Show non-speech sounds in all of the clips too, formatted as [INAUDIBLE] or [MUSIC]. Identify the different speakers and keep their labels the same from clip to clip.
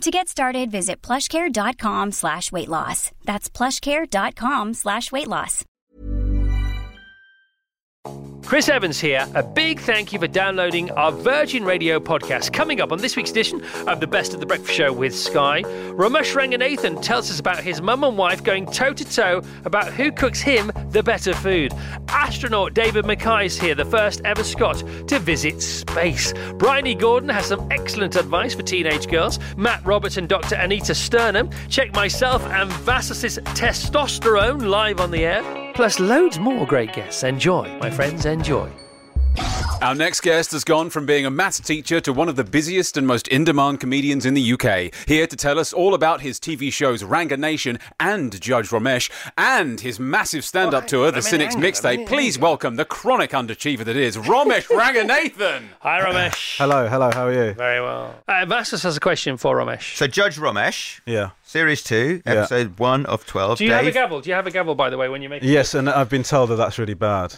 Speaker 1: To get started, visit plushcare.com slash weight loss. That's plushcare.com slash weight loss.
Speaker 2: Chris Evans here. A big thank you for downloading our Virgin Radio podcast. Coming up on this week's edition of the Best of the Breakfast Show with Sky, Ramesh Ranganathan tells us about his mum and wife going toe to toe about who cooks him the better food. Astronaut David Mackay is here, the first ever Scot to visit space. Bryony Gordon has some excellent advice for teenage girls. Matt Roberts and Dr. Anita Sternum check myself and Vassis's testosterone live on the air plus loads more great guests. Enjoy, my friends, enjoy.
Speaker 3: Our next guest has gone from being a maths teacher to one of the busiest and most in demand comedians in the UK. Here to tell us all about his TV shows Ranga Nation and Judge Ramesh and his massive stand up tour, The Cynics Mixtape. Please welcome the chronic underachiever that is Ramesh Ranganathan.
Speaker 2: Hi, Ramesh.
Speaker 4: Hello, hello, how are you?
Speaker 2: Very well. Uh, Vassus has a question for Ramesh.
Speaker 5: So Judge Ramesh,
Speaker 4: Yeah.
Speaker 5: series two,
Speaker 4: Yeah.
Speaker 5: episode one of twelve.
Speaker 2: Do you have a
Speaker 5: Dave,
Speaker 2: gavel? Do you have a gavel, by the way, when you make
Speaker 4: Yes, and I've been told that that's really bad.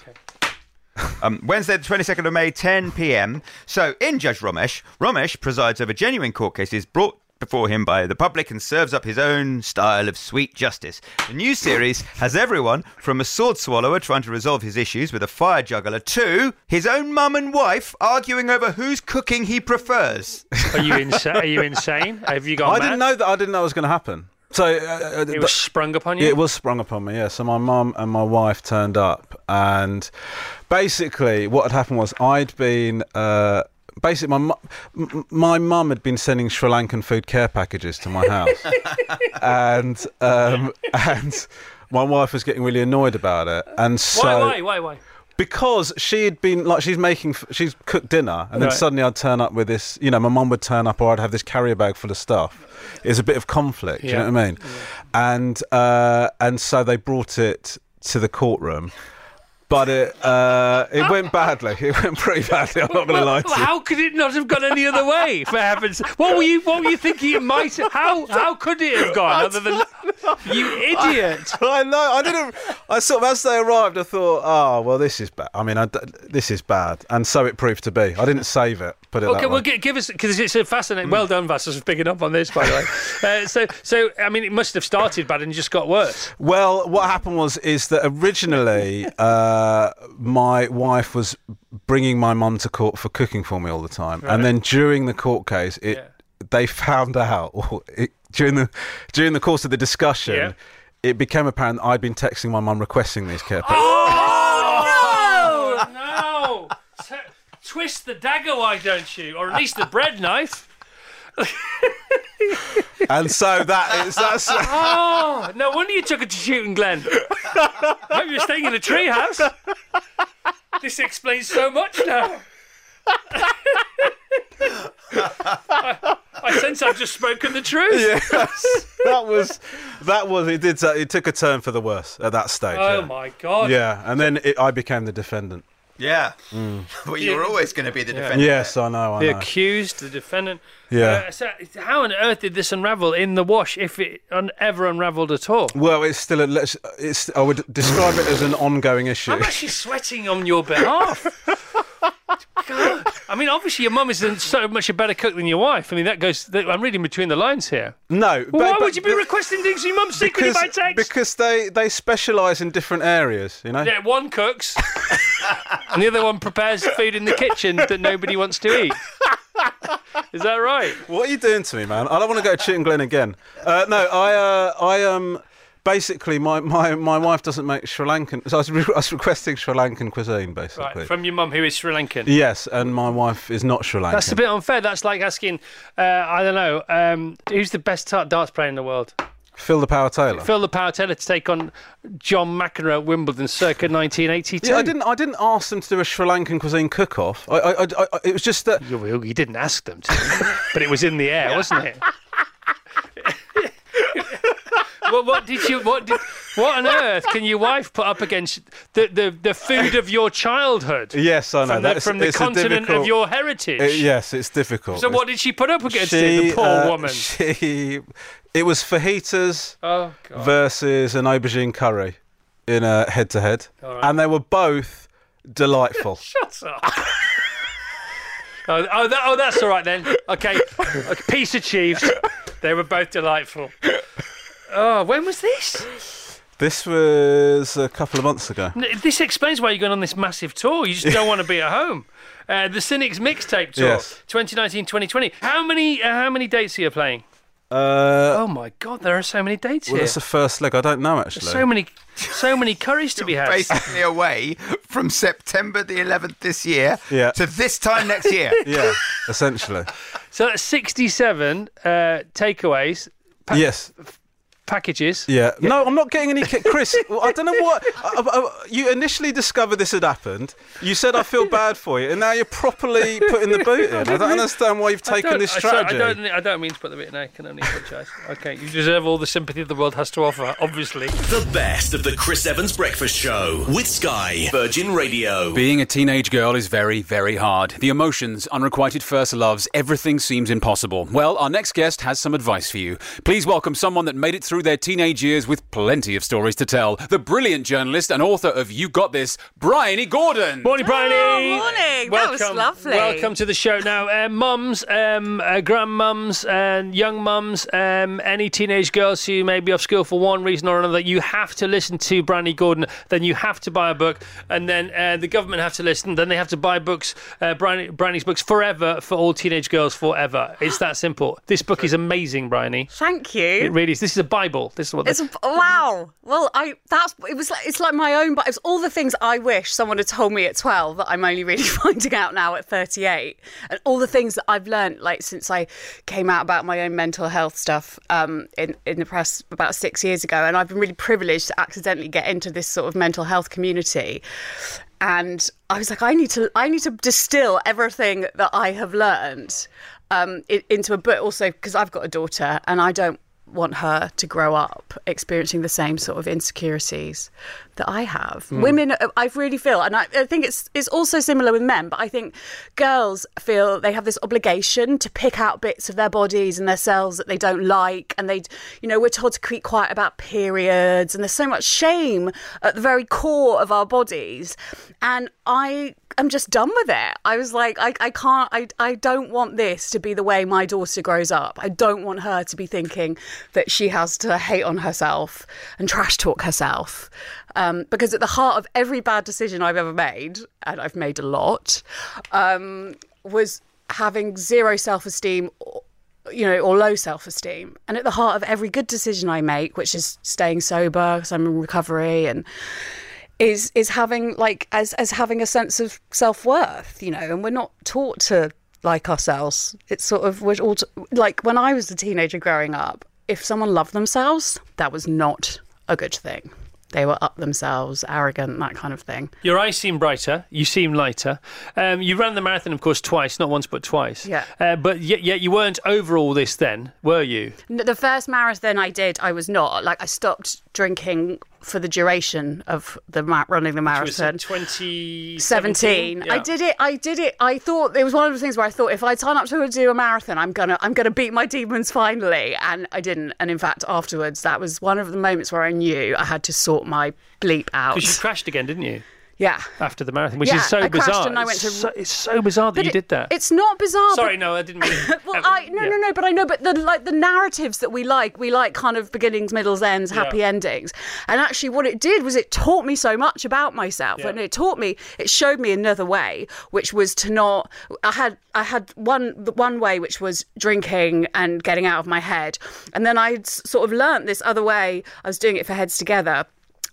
Speaker 5: um, Wednesday, the twenty-second of May, ten p.m. So in Judge Ramesh, Ramesh presides over genuine court cases brought before him by the public and serves up his own style of sweet justice. The new series has everyone from a sword swallower trying to resolve his issues with a fire juggler to his own mum and wife arguing over whose cooking he prefers.
Speaker 2: Are you, insa- are you insane? Have you gone
Speaker 4: I
Speaker 2: mad?
Speaker 4: didn't know that. I didn't know it was going to happen. So uh, uh,
Speaker 2: It
Speaker 4: th-
Speaker 2: was sprung upon you?
Speaker 4: it was sprung upon me. Yeah. So my mum and my wife turned up, and basically what had happened was I'd been. Uh, Basically, my mu- m- m- my mum had been sending Sri Lankan food care packages to my house,
Speaker 2: [LAUGHS]
Speaker 4: [LAUGHS] and um, and my wife was getting really annoyed about it. And so,
Speaker 2: Why, why, why, why?
Speaker 4: because she had been like she's making f- she's cooked dinner and then
Speaker 2: Right.
Speaker 4: suddenly i'd turn up with this you know my mum would turn up or i'd have this carrier bag full of stuff it's a bit of conflict do you
Speaker 2: Yeah.
Speaker 4: know what i mean and uh and so they brought it to the courtroom but it uh it went badly [LAUGHS] it went pretty badly i'm not gonna lie to you
Speaker 2: how could it not have gone any other way? For heavens, what were you? What were you thinking? It might. How? How could it
Speaker 4: [LAUGHS]
Speaker 2: have gone? Other than you idiot.
Speaker 4: I know. I didn't. I sort of as they arrived, I thought, oh well, this is bad. I mean, I d this is bad, and so it proved to be. I didn't save it. Put it
Speaker 2: Okay,
Speaker 4: that
Speaker 2: well,
Speaker 4: way.
Speaker 2: gi- give us because it's a fascinating. Well done, Vassos, for picking up on this, by the
Speaker 4: [LAUGHS]
Speaker 2: way. Uh, so, so I mean, it must have started bad and just got worse.
Speaker 4: Well, what happened was is that
Speaker 2: [LAUGHS]
Speaker 4: originally uh, my wife was bringing my mum to court for cooking for me all the time, and then during the court case, it they found out [LAUGHS] or it, during the during the course of the discussion.
Speaker 2: Yeah.
Speaker 4: It became apparent I'd been texting my mum requesting these care packages.
Speaker 2: [LAUGHS] Oh, no! no! twist the dagger, why don't you? Or at least the bread knife.
Speaker 4: [LAUGHS] and so that is that's
Speaker 2: [LAUGHS] Oh, no wonder you took it to shooting, Glenn. Hope you're staying in a treehouse. This explains so much now. [LAUGHS] I, I sense I've just spoken the truth.
Speaker 4: [LAUGHS] that was that was it did it took a turn for the worse at that stage.
Speaker 2: Oh
Speaker 4: yeah.
Speaker 2: my god.
Speaker 4: Yeah, and then it, I became the defendant. Mm.
Speaker 5: Yeah. well, you were always going to be the defender.
Speaker 4: Yes, I know. I
Speaker 2: The
Speaker 4: know.
Speaker 2: accused, the defendant.
Speaker 4: Yeah.
Speaker 2: Uh, so how on earth did this unravel in the wash, if it un- ever unravelled at all?
Speaker 4: Well, it's still a. Let's, it's. I would describe it as an ongoing issue.
Speaker 2: I'm actually sweating on your
Speaker 4: [LAUGHS]
Speaker 2: behalf. God. I mean, obviously, your mum is so much a better cook than your wife. I mean, that goes. That, I'm reading between the lines here.
Speaker 4: No.
Speaker 2: Well,
Speaker 4: but-
Speaker 2: why
Speaker 4: but-
Speaker 2: would you be requesting things from your mum secretly
Speaker 4: because,
Speaker 2: by text?
Speaker 4: because they they specialise in different areas. You know.
Speaker 2: yeah, one cooks, and the other one prepares food in the kitchen that nobody wants
Speaker 4: [LAUGHS]
Speaker 2: to eat. Is that right?
Speaker 4: What are you doing to me, man? I don't want to go to Chitton Glen again. Uh, no, I uh, I um basically my, my my wife doesn't make Sri Lankan. So I was, re- I was requesting Sri Lankan cuisine basically.
Speaker 2: Right, from your mum, who is Sri Lankan.
Speaker 4: yes, and my wife is not Sri Lankan.
Speaker 2: That's a bit unfair. That's like asking, uh, I don't know, um, who's the best ta- darts player in the world?
Speaker 4: Phil the Power Taylor.
Speaker 2: Phil the Power Taylor to take on John McEnroe at Wimbledon
Speaker 4: [LAUGHS]
Speaker 2: circa 1982.
Speaker 4: yeah, I didn't. I didn't ask them to do a Sri Lankan cuisine cook-off. I, I, I, I- it was just that
Speaker 2: You, well, you didn't ask them to, [LAUGHS] but it was in the air, wasn't it? what, what did you? What did, What on earth can your wife put up against the, the, the food of your
Speaker 4: [LAUGHS]
Speaker 2: childhood?
Speaker 4: Yes, I know.
Speaker 2: From the,
Speaker 4: That's-
Speaker 2: from the
Speaker 4: it's a
Speaker 2: continent of
Speaker 4: difficult-
Speaker 2: your heritage.
Speaker 4: It- yes, it's difficult.
Speaker 2: So
Speaker 4: It's-
Speaker 2: what did she put up against it, the poor
Speaker 4: uh,
Speaker 2: woman?
Speaker 4: She, it was fajitas
Speaker 2: oh, God.
Speaker 4: versus an aubergine curry in a head to head,
Speaker 2: right.
Speaker 4: and they were both delightful.
Speaker 2: [LAUGHS] Shut up. oh, oh, that, oh, that's all right then. Okay. okay, peace achieved. They were both delightful. Oh, when was this?
Speaker 4: this was a couple of months ago.
Speaker 2: N- This explains why you're going on this massive tour. You just don't want to be at
Speaker 4: [LAUGHS]
Speaker 2: home. Uh, the Cynics mixtape tour,
Speaker 4: Yes.
Speaker 2: 2019-2020. How many? Uh, how many dates are you playing?
Speaker 4: Uh,
Speaker 2: Oh my God, there are so many dates
Speaker 4: well,
Speaker 2: here.
Speaker 4: that's the first leg. I don't know actually.
Speaker 2: so many, so many curries to be had.
Speaker 5: Basically, away from September the 11th this year
Speaker 4: Yeah.
Speaker 5: to this time next year.
Speaker 4: [LAUGHS] yeah, essentially.
Speaker 2: [LAUGHS] So that's 67 uh, takeaways
Speaker 4: yes.
Speaker 2: packages.
Speaker 4: Yeah. No, I'm not getting any. Ki- Chris, well, I don't know what. I, I- I- you initially discovered this had happened. You said, I feel bad for you. And now you're properly putting the
Speaker 2: [LAUGHS]
Speaker 4: boot in. I don't understand why you've taken
Speaker 2: don't-
Speaker 4: this
Speaker 2: I- sorry,
Speaker 4: strategy.
Speaker 2: I, don't, I don't mean to put the bit in. I can only apologise. okay, you deserve all the sympathy the world has to offer, obviously.
Speaker 6: The best of the Chris Evans Breakfast Show with Sky Virgin Radio.
Speaker 3: Being a teenage girl is very, very hard. The emotions, unrequited first loves, everything seems impossible. Well, our next guest has some advice for you. Please welcome someone that made it through their teenage years with plenty of stories to tell. The brilliant journalist and author of You Got This, Bryony Gordon.
Speaker 2: Morning, Bryony.
Speaker 7: Oh, morning. That was lovely.
Speaker 2: Welcome to the show. Now, uh, mums, um, uh, grandmums, and young mums, um, any teenage girls who may be off school for one reason or another, you have to listen to Brandy Gordon. Then you have to buy a book, and then uh, the government have to listen. Then they have to buy books, uh, Bryony, Bryony's books forever for all teenage girls forever. It's that simple. This book is amazing, Bryony.
Speaker 7: Thank
Speaker 2: It
Speaker 7: you.
Speaker 2: really is. This is a Bible. This is what.
Speaker 7: It's
Speaker 2: This,
Speaker 7: a, wow. Well, I that's it was like, it's like my own, but it's all the things I wish someone had told me at twelve that I'm only really [LAUGHS] finding out now at thirty eight, and all the things that I've learnt like since I came out about my own mental health stuff um, in in the press about six years ago, and I've been really privileged to accidentally get into this sort of mental health community, and I was like, I need to, I need to distill everything that I have learned um, i- into a book. Also, because I've got a daughter, and I don't want her to grow up experiencing the same sort of insecurities that I have. Women, uh, I really feel, and I, I think it's it's also similar with men, but I think girls feel they have this obligation to pick out bits of their bodies and their selves that they don't like, and they, you know, we're told to keep quiet about periods, and there's so much shame at the very core of our bodies, and I. am just done with it. I was like, I, I can't, I, I don't want this to be the way my daughter grows up. I don't want her to be thinking that she has to hate on herself and trash talk herself. Um, because at the heart of every bad decision I've ever made, and I've made a lot, um, was having zero self esteem you know, or low self esteem. And at the heart of every good decision I make, which is staying sober because I'm in recovery and is is having like as as having a sense of self worth, you know, and we're not taught to like ourselves. It's sort of we're all t- like when I was a teenager growing up, if someone loved themselves, that was not a good thing. They were up themselves, arrogant, that kind of thing.
Speaker 2: your eyes seem brighter. You seem lighter. Um, you ran the marathon, of course, twice, not once but twice.
Speaker 7: Yeah.
Speaker 2: Uh, but yet, yet you weren't over all this then, were you?
Speaker 7: N- The first marathon I did, I was not like I stopped drinking for the duration of the ma- running the
Speaker 2: was
Speaker 7: marathon.
Speaker 2: it 2017?
Speaker 7: 17 i
Speaker 2: Yeah.
Speaker 7: did it i did it i thought it was one of the things where i thought if i turn up to do a marathon i'm gonna i'm gonna beat my demons finally and i didn't and in fact afterwards that was one of the moments where i knew i had to sort my bleep out
Speaker 2: Because you crashed again, didn't you?
Speaker 7: yeah
Speaker 2: After the marathon, which
Speaker 7: Yeah,
Speaker 2: is so
Speaker 7: I crashed
Speaker 2: bizarre.
Speaker 7: and I went to-
Speaker 2: it's, so, it's so bizarre that you
Speaker 7: it-
Speaker 2: did that.
Speaker 7: it's not bizarre but-
Speaker 2: Sorry, no, I
Speaker 7: [COUGHS]
Speaker 2: didn't mean.
Speaker 7: well,
Speaker 2: um,
Speaker 7: I no
Speaker 2: yeah.
Speaker 7: no no, but I know, but the like the narratives that we like, we like kind of beginnings, middles, ends, happy
Speaker 2: Yeah.
Speaker 7: endings. And actually, what it did was it taught me so much about myself,
Speaker 2: Yeah.
Speaker 7: and it taught me, it showed me another way, which was to not. I had I had one the one way which was drinking and getting out of my head, and then I sort of learnt this other way. I was doing it for Heads Together.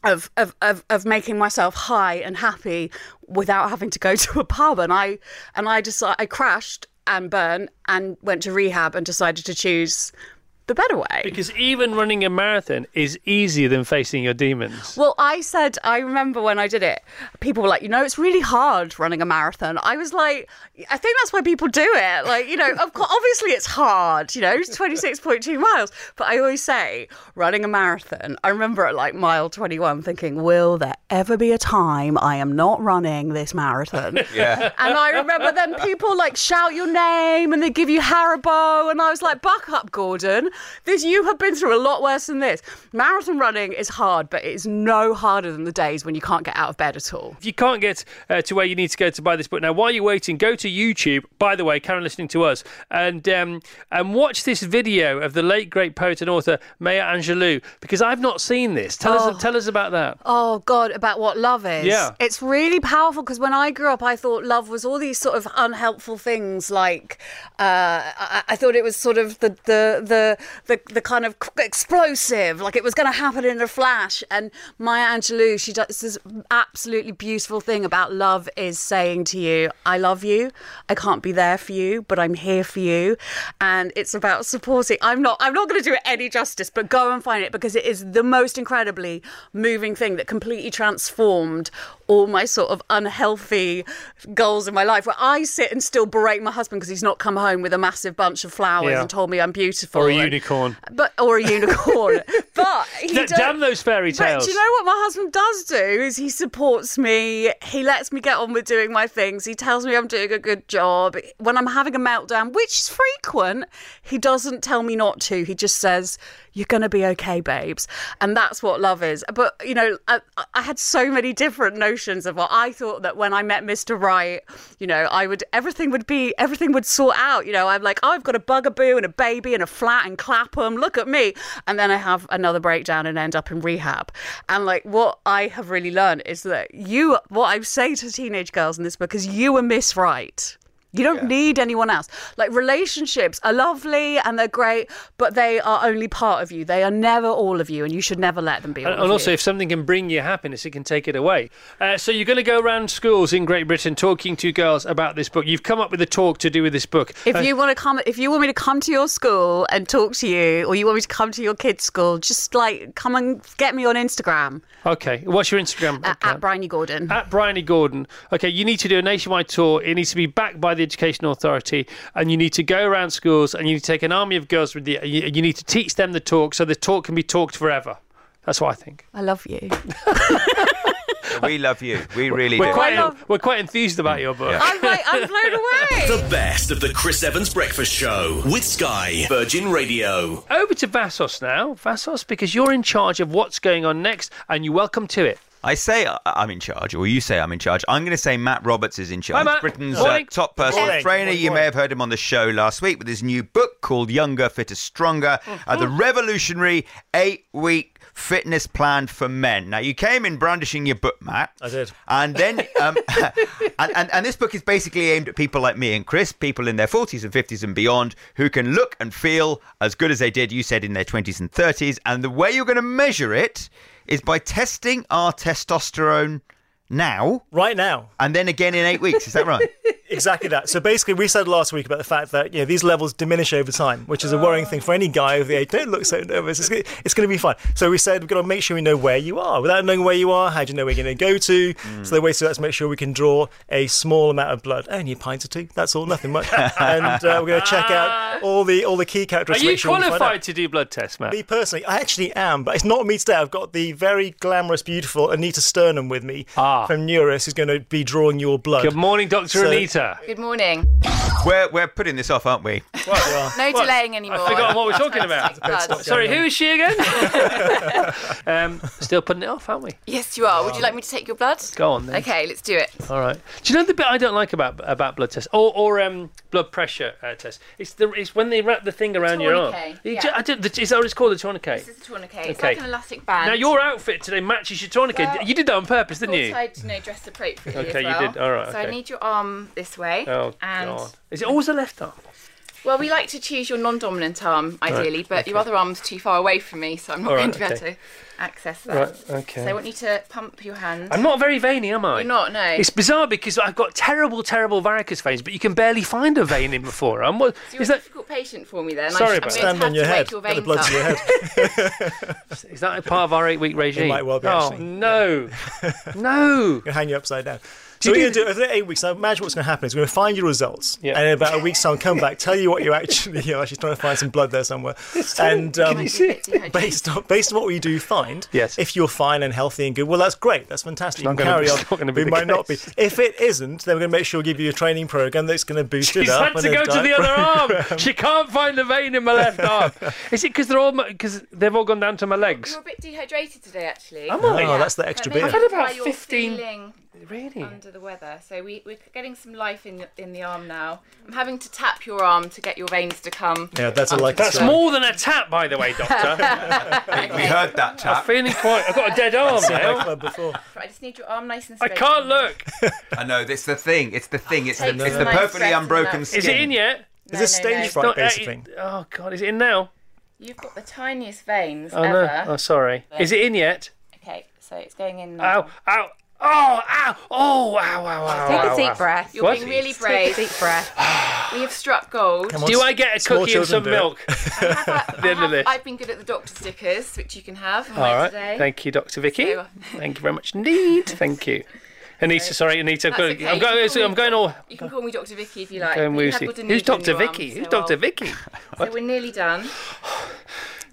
Speaker 7: Of, of, of, of making myself high and happy without having to go [LAUGHS] to a pub and I and I decided I crashed and burn and went to rehab and decided to choose the better way.
Speaker 2: Because even running a marathon is easier than facing your demons.
Speaker 7: Well, I said, I remember when I did it, people were like, you know, it's really hard running a marathon. I was like, I think that's why people do it. Like, you know, of course, [LAUGHS] obviously it's hard, you know, it's 26.2 miles. But I always say, running a marathon, I remember at like mile 21 thinking, will there ever be a time I am not running this marathon?
Speaker 5: Yeah.
Speaker 7: And I remember then people like shout your name and they give you Haribo. And I was like, buck up, Gordon. This you have been through a lot worse than this. Marathon running is hard, but it is no harder than the days when you can't get out of bed at all.
Speaker 2: If you can't get uh, to where you need to go to buy this book now, while you're waiting, go to YouTube. By the way, Karen, listening to us, and um, and watch this video of the late great poet and author Maya Angelou because I've not seen this. Tell us, tell us about that.
Speaker 7: Oh God, about what love is.
Speaker 2: Yeah.
Speaker 7: It's really powerful because when I grew up, I thought love was all these sort of unhelpful things. Like, uh, I, I thought it was sort of the the the the, the kind of explosive, like it was going to happen in a flash. And Maya Angelou, she does this absolutely beautiful thing about love is saying to you, "I love you. I can't be there for you, but I'm here for you." And it's about supporting. I'm not. I'm not going to do it any justice, but go and find it because it is the most incredibly moving thing that completely transformed all my sort of unhealthy goals in my life. Where I sit and still berate my husband because he's not come home with a massive bunch of flowers
Speaker 2: Yeah.
Speaker 7: and told me I'm beautiful
Speaker 2: Or a
Speaker 7: and-
Speaker 2: unicorn.
Speaker 7: but or a unicorn.
Speaker 2: [LAUGHS]
Speaker 7: but he
Speaker 2: D-
Speaker 7: don't-
Speaker 2: damn those fairy tales.
Speaker 7: But do you know what my husband does do is he supports me. He lets me get on with doing my things. He tells me I'm doing a good job. When I'm having a meltdown, which is frequent, he doesn't tell me not to. He just says, "You're going to be okay, babes." And that's what love is. But you know, I, I had so many different notions of what I thought that when I met Mr. Right, you know, I would everything would be everything would sort out. You know, I'm like, oh, I've got a bugaboo and a baby and a flat and Clapham. Look at me, and then I have another breakdown and end up in rehab. And like, what I have really learned is that you, what I say to teenage girls in this book is, you were Miss Right. You don't need anyone else. Like relationships are lovely and they're great, but they are only part of you. They are never all of you, and you should never let them be. All
Speaker 2: And,
Speaker 7: of
Speaker 2: and also,
Speaker 7: you.
Speaker 2: if something can bring you happiness, it can take it away. Uh, so, you're going to go around schools in Great Britain talking to girls about this book. You've come up with a talk to do with this book.
Speaker 7: If
Speaker 2: Uh,
Speaker 7: you want to come, if you want me to come to your school and talk to you, or you want me to come to your kids' school, just like come and get me on Instagram
Speaker 2: okay, what's your Instagram?
Speaker 7: at,
Speaker 2: account?
Speaker 7: at Bryony Gordon.
Speaker 2: at Bryony Gordon. Okay, you need to do a nationwide tour. It needs to be backed by the Education Authority, and you need to go around schools and you need to take an army of girls with you. and You and you need to teach them the talk so the talk can be talked forever. That's what I think.
Speaker 7: I love you.
Speaker 5: we love you. We really
Speaker 2: We're
Speaker 5: do.
Speaker 2: quite,
Speaker 7: love-
Speaker 2: we're quite enthused about your book.
Speaker 7: I'm like, I'm
Speaker 2: [LAUGHS]
Speaker 7: blown
Speaker 6: The
Speaker 7: away.
Speaker 6: best of the Chris Evans Breakfast Show with Sky Virgin Radio.
Speaker 2: Over to Vassos now. Vassos, because you're in charge of what's going on next, and you're welcome to it.
Speaker 5: I say uh, I- I'm in charge, or you say I'm in charge. I'm going to say Matt Roberts is in charge.
Speaker 2: Hi, Matt.
Speaker 5: Britain's uh,
Speaker 2: Morning.
Speaker 5: top personal
Speaker 2: Morning.
Speaker 5: trainer.
Speaker 2: Morning,
Speaker 5: you
Speaker 2: morning.
Speaker 5: may have heard him on the show last week with his new book called Younger, Fitter, Stronger, uh, the revolutionary eight week fitness plan for men. Now, you came in brandishing your book, Matt. I
Speaker 2: did.
Speaker 5: And then, um, [LAUGHS] and, and, and this book is basically aimed at people like me and Chris, people in their 40s and 50s and beyond, who can look and feel as good as they did, you said, in their 20s and 30s. And the way you're going to measure it is by testing our testosterone now
Speaker 8: Right now,
Speaker 5: and then again in eight weeks. Is that right?
Speaker 8: [LAUGHS] exactly that. So basically, we said last week about the fact that you know, these levels diminish over time, which is a worrying thing for any guy over the age. Don't look so nervous. It's, gonna- it's going to be fine. So we said we've got to make sure we know where you are. Without knowing where you are, how do you know where you're going to go to? So the way to that's make sure we can draw a small amount of blood, Oh, only a pint or two. That's all, nothing
Speaker 5: [LAUGHS]
Speaker 8: much. and uh, we're going to check out all the all the key
Speaker 2: Are
Speaker 8: characteristics.
Speaker 2: you
Speaker 8: make sure we find out.
Speaker 2: qualified to do blood tests, Matt?
Speaker 8: Me personally, I actually am, but it's not me today. I've got the very glamorous, beautiful Anita Sternum with me
Speaker 2: Ah.
Speaker 8: from Neurus, who's going to be drawing your blood.
Speaker 2: Good morning, Dr.
Speaker 8: So-
Speaker 2: Anita.
Speaker 9: Good morning.
Speaker 5: We're, we're putting this off, aren't we?
Speaker 9: No delaying anymore.
Speaker 2: I've forgotten what we're talking about.
Speaker 9: Blood.
Speaker 2: Sorry, who is she again? um, still putting it off, aren't we?
Speaker 9: [LAUGHS] Yes, you are. Would you like me to take your blood?
Speaker 2: Go on then.
Speaker 9: Okay, let's do it.
Speaker 2: All right. Do you know the bit I don't like about about blood tests or or um, blood pressure uh, tests? It's the it's when they wrap the thing around your arm.
Speaker 9: Tourniquet,
Speaker 2: You
Speaker 9: yeah.
Speaker 2: ju- I don't, the, is that what it's called? A tourniquet.
Speaker 9: This is a tourniquet. It's
Speaker 2: Okay.
Speaker 9: like an elastic band.
Speaker 2: Now your outfit today matches your tourniquet.
Speaker 9: Well,
Speaker 2: you did that on purpose,
Speaker 9: I
Speaker 2: didn't
Speaker 9: thought
Speaker 2: you?
Speaker 9: I'd you know, dress appropriately.
Speaker 2: Okay,
Speaker 9: as
Speaker 2: you
Speaker 9: well.
Speaker 2: did. All right,
Speaker 9: So
Speaker 2: okay.
Speaker 9: I need your arm this way.
Speaker 2: Oh
Speaker 9: and
Speaker 2: God! Is it always the left arm?
Speaker 9: well, we like to choose your non-dominant arm ideally, but your other arm's too far away from me, so I'm not
Speaker 2: All
Speaker 9: going
Speaker 2: right.
Speaker 9: to be able
Speaker 2: okay.
Speaker 9: to. access that.
Speaker 2: Right, okay.
Speaker 9: So I want you to pump your hand.
Speaker 2: I'm not very veiny, am I?
Speaker 9: You're not, no.
Speaker 2: It's bizarre because I've got terrible, terrible varicose veins, but you can barely find a vein in my forearm. What
Speaker 9: So you're
Speaker 2: is
Speaker 9: a
Speaker 2: that?
Speaker 9: difficult patient for me then.
Speaker 2: Sorry
Speaker 9: I,
Speaker 2: about
Speaker 9: I'm going
Speaker 8: Stand
Speaker 2: that.
Speaker 9: to
Speaker 8: on
Speaker 9: have
Speaker 8: your
Speaker 9: to
Speaker 8: head.
Speaker 9: wake your
Speaker 8: Get
Speaker 9: veins
Speaker 8: the blood
Speaker 9: up.
Speaker 8: to your head.
Speaker 2: Is that a part of our eight-week regime?
Speaker 8: might well be,
Speaker 2: Oh
Speaker 8: actually.
Speaker 2: no,
Speaker 8: [LAUGHS]
Speaker 2: no.
Speaker 8: gonna hang you upside down.
Speaker 2: Do
Speaker 8: So
Speaker 2: you
Speaker 8: we're
Speaker 2: do-
Speaker 8: gonna do over the eight weeks. Now imagine what's gonna happen is we're gonna find your results,
Speaker 2: Yeah.
Speaker 8: and in about a week's time, come back, tell you what you actually [LAUGHS] you're actually trying to find some blood there
Speaker 2: [LAUGHS]
Speaker 8: somewhere, and
Speaker 2: Can
Speaker 8: um,
Speaker 2: you see it?
Speaker 8: based on based on what we do find,
Speaker 2: Yes.
Speaker 8: if you're fine and healthy and good, well that's great, that's fantastic. You
Speaker 2: not
Speaker 8: can
Speaker 2: gonna be-
Speaker 8: carry on.
Speaker 2: it's not gonna be
Speaker 8: we
Speaker 2: the
Speaker 8: might not be.
Speaker 2: case. [LAUGHS]
Speaker 8: If it isn't, then we're gonna make sure we give you a training program that's gonna boost
Speaker 2: She's
Speaker 8: it up.
Speaker 2: had
Speaker 8: and
Speaker 2: to
Speaker 8: a
Speaker 2: go to
Speaker 8: diet [LAUGHS]
Speaker 2: the other
Speaker 8: program.
Speaker 2: arm. She can't find the vein in my
Speaker 8: [LAUGHS]
Speaker 2: left arm. Is it because they're all because they've all gone down to my
Speaker 9: [LAUGHS]
Speaker 2: legs?
Speaker 9: You're a bit dehydrated today, actually.
Speaker 2: Am I?
Speaker 8: Oh, that's the extra
Speaker 9: That may
Speaker 8: beer.
Speaker 9: be
Speaker 2: I've had
Speaker 9: why
Speaker 2: about
Speaker 9: you're
Speaker 2: 15
Speaker 9: feeling
Speaker 2: Really?
Speaker 9: under the weather. So we, we're getting some life in the, in the arm now. I'm having to tap your arm to get your veins to come.
Speaker 8: Yeah, that's a like.
Speaker 2: That's more than a tap, by the way,
Speaker 9: [LAUGHS]
Speaker 2: Doctor.
Speaker 5: We heard that tap.
Speaker 2: Feeling quite. I've got a dead arm now.
Speaker 8: club before.
Speaker 9: I just need your arm nice and
Speaker 2: I
Speaker 9: straight.
Speaker 2: can't look.
Speaker 5: I know. It's the thing. It's the thing. It's the,
Speaker 9: Take
Speaker 5: it's
Speaker 9: some
Speaker 5: the
Speaker 9: nice
Speaker 5: perfectly
Speaker 9: breaths
Speaker 5: unbroken
Speaker 9: and
Speaker 5: skin.
Speaker 2: Is it in yet?
Speaker 9: No,
Speaker 8: this
Speaker 9: no,
Speaker 8: stage
Speaker 9: no.
Speaker 8: fright?
Speaker 2: Not- uh,
Speaker 8: basic
Speaker 2: it-
Speaker 8: thing.
Speaker 2: Oh God, is it in now?
Speaker 9: You've got the tiniest veins
Speaker 2: Oh
Speaker 9: ever.
Speaker 2: no. Oh sorry. Is it in yet?
Speaker 9: Okay, so it's going in now.
Speaker 2: Ow! Ow! Oh! Ow! Oh! Ow! Ow! Ow!
Speaker 10: Take
Speaker 2: ow,
Speaker 10: a
Speaker 2: ow.
Speaker 10: deep breath.
Speaker 9: You're
Speaker 2: What?
Speaker 9: being really
Speaker 10: Take a
Speaker 9: brave.
Speaker 10: deep breath.
Speaker 9: [SIGHS] We have struck gold.
Speaker 8: Come on,
Speaker 2: Do I get a
Speaker 8: small
Speaker 2: cookie and
Speaker 8: children
Speaker 2: some
Speaker 8: do it. [LAUGHS]
Speaker 9: [LAUGHS]
Speaker 2: milk?
Speaker 9: I
Speaker 2: end of this.
Speaker 9: have been good at the doctor stickers, which you can have. on
Speaker 2: All
Speaker 9: my
Speaker 2: right.
Speaker 9: Today.
Speaker 2: Thank you, Dr. [LAUGHS] Vicky.
Speaker 9: So-
Speaker 2: Thank you very much indeed. Thank you. Anita, sorry, Anita. I've
Speaker 9: That's
Speaker 2: got-
Speaker 9: okay.
Speaker 2: I'm
Speaker 9: You
Speaker 2: going.
Speaker 9: can
Speaker 2: so
Speaker 9: call
Speaker 2: I'm
Speaker 9: me-
Speaker 2: going all.
Speaker 9: You can call me Dr. Vicky if you like.
Speaker 2: Going
Speaker 9: but you have
Speaker 2: woozy.
Speaker 9: got a
Speaker 2: Who's
Speaker 9: needle
Speaker 2: Dr.
Speaker 9: in your arm,
Speaker 2: Vicky? Who's
Speaker 9: so
Speaker 2: Dr.
Speaker 9: I'll-
Speaker 2: Vicky?
Speaker 9: [SIGHS] [LAUGHS] So we're nearly done. [SIGHS]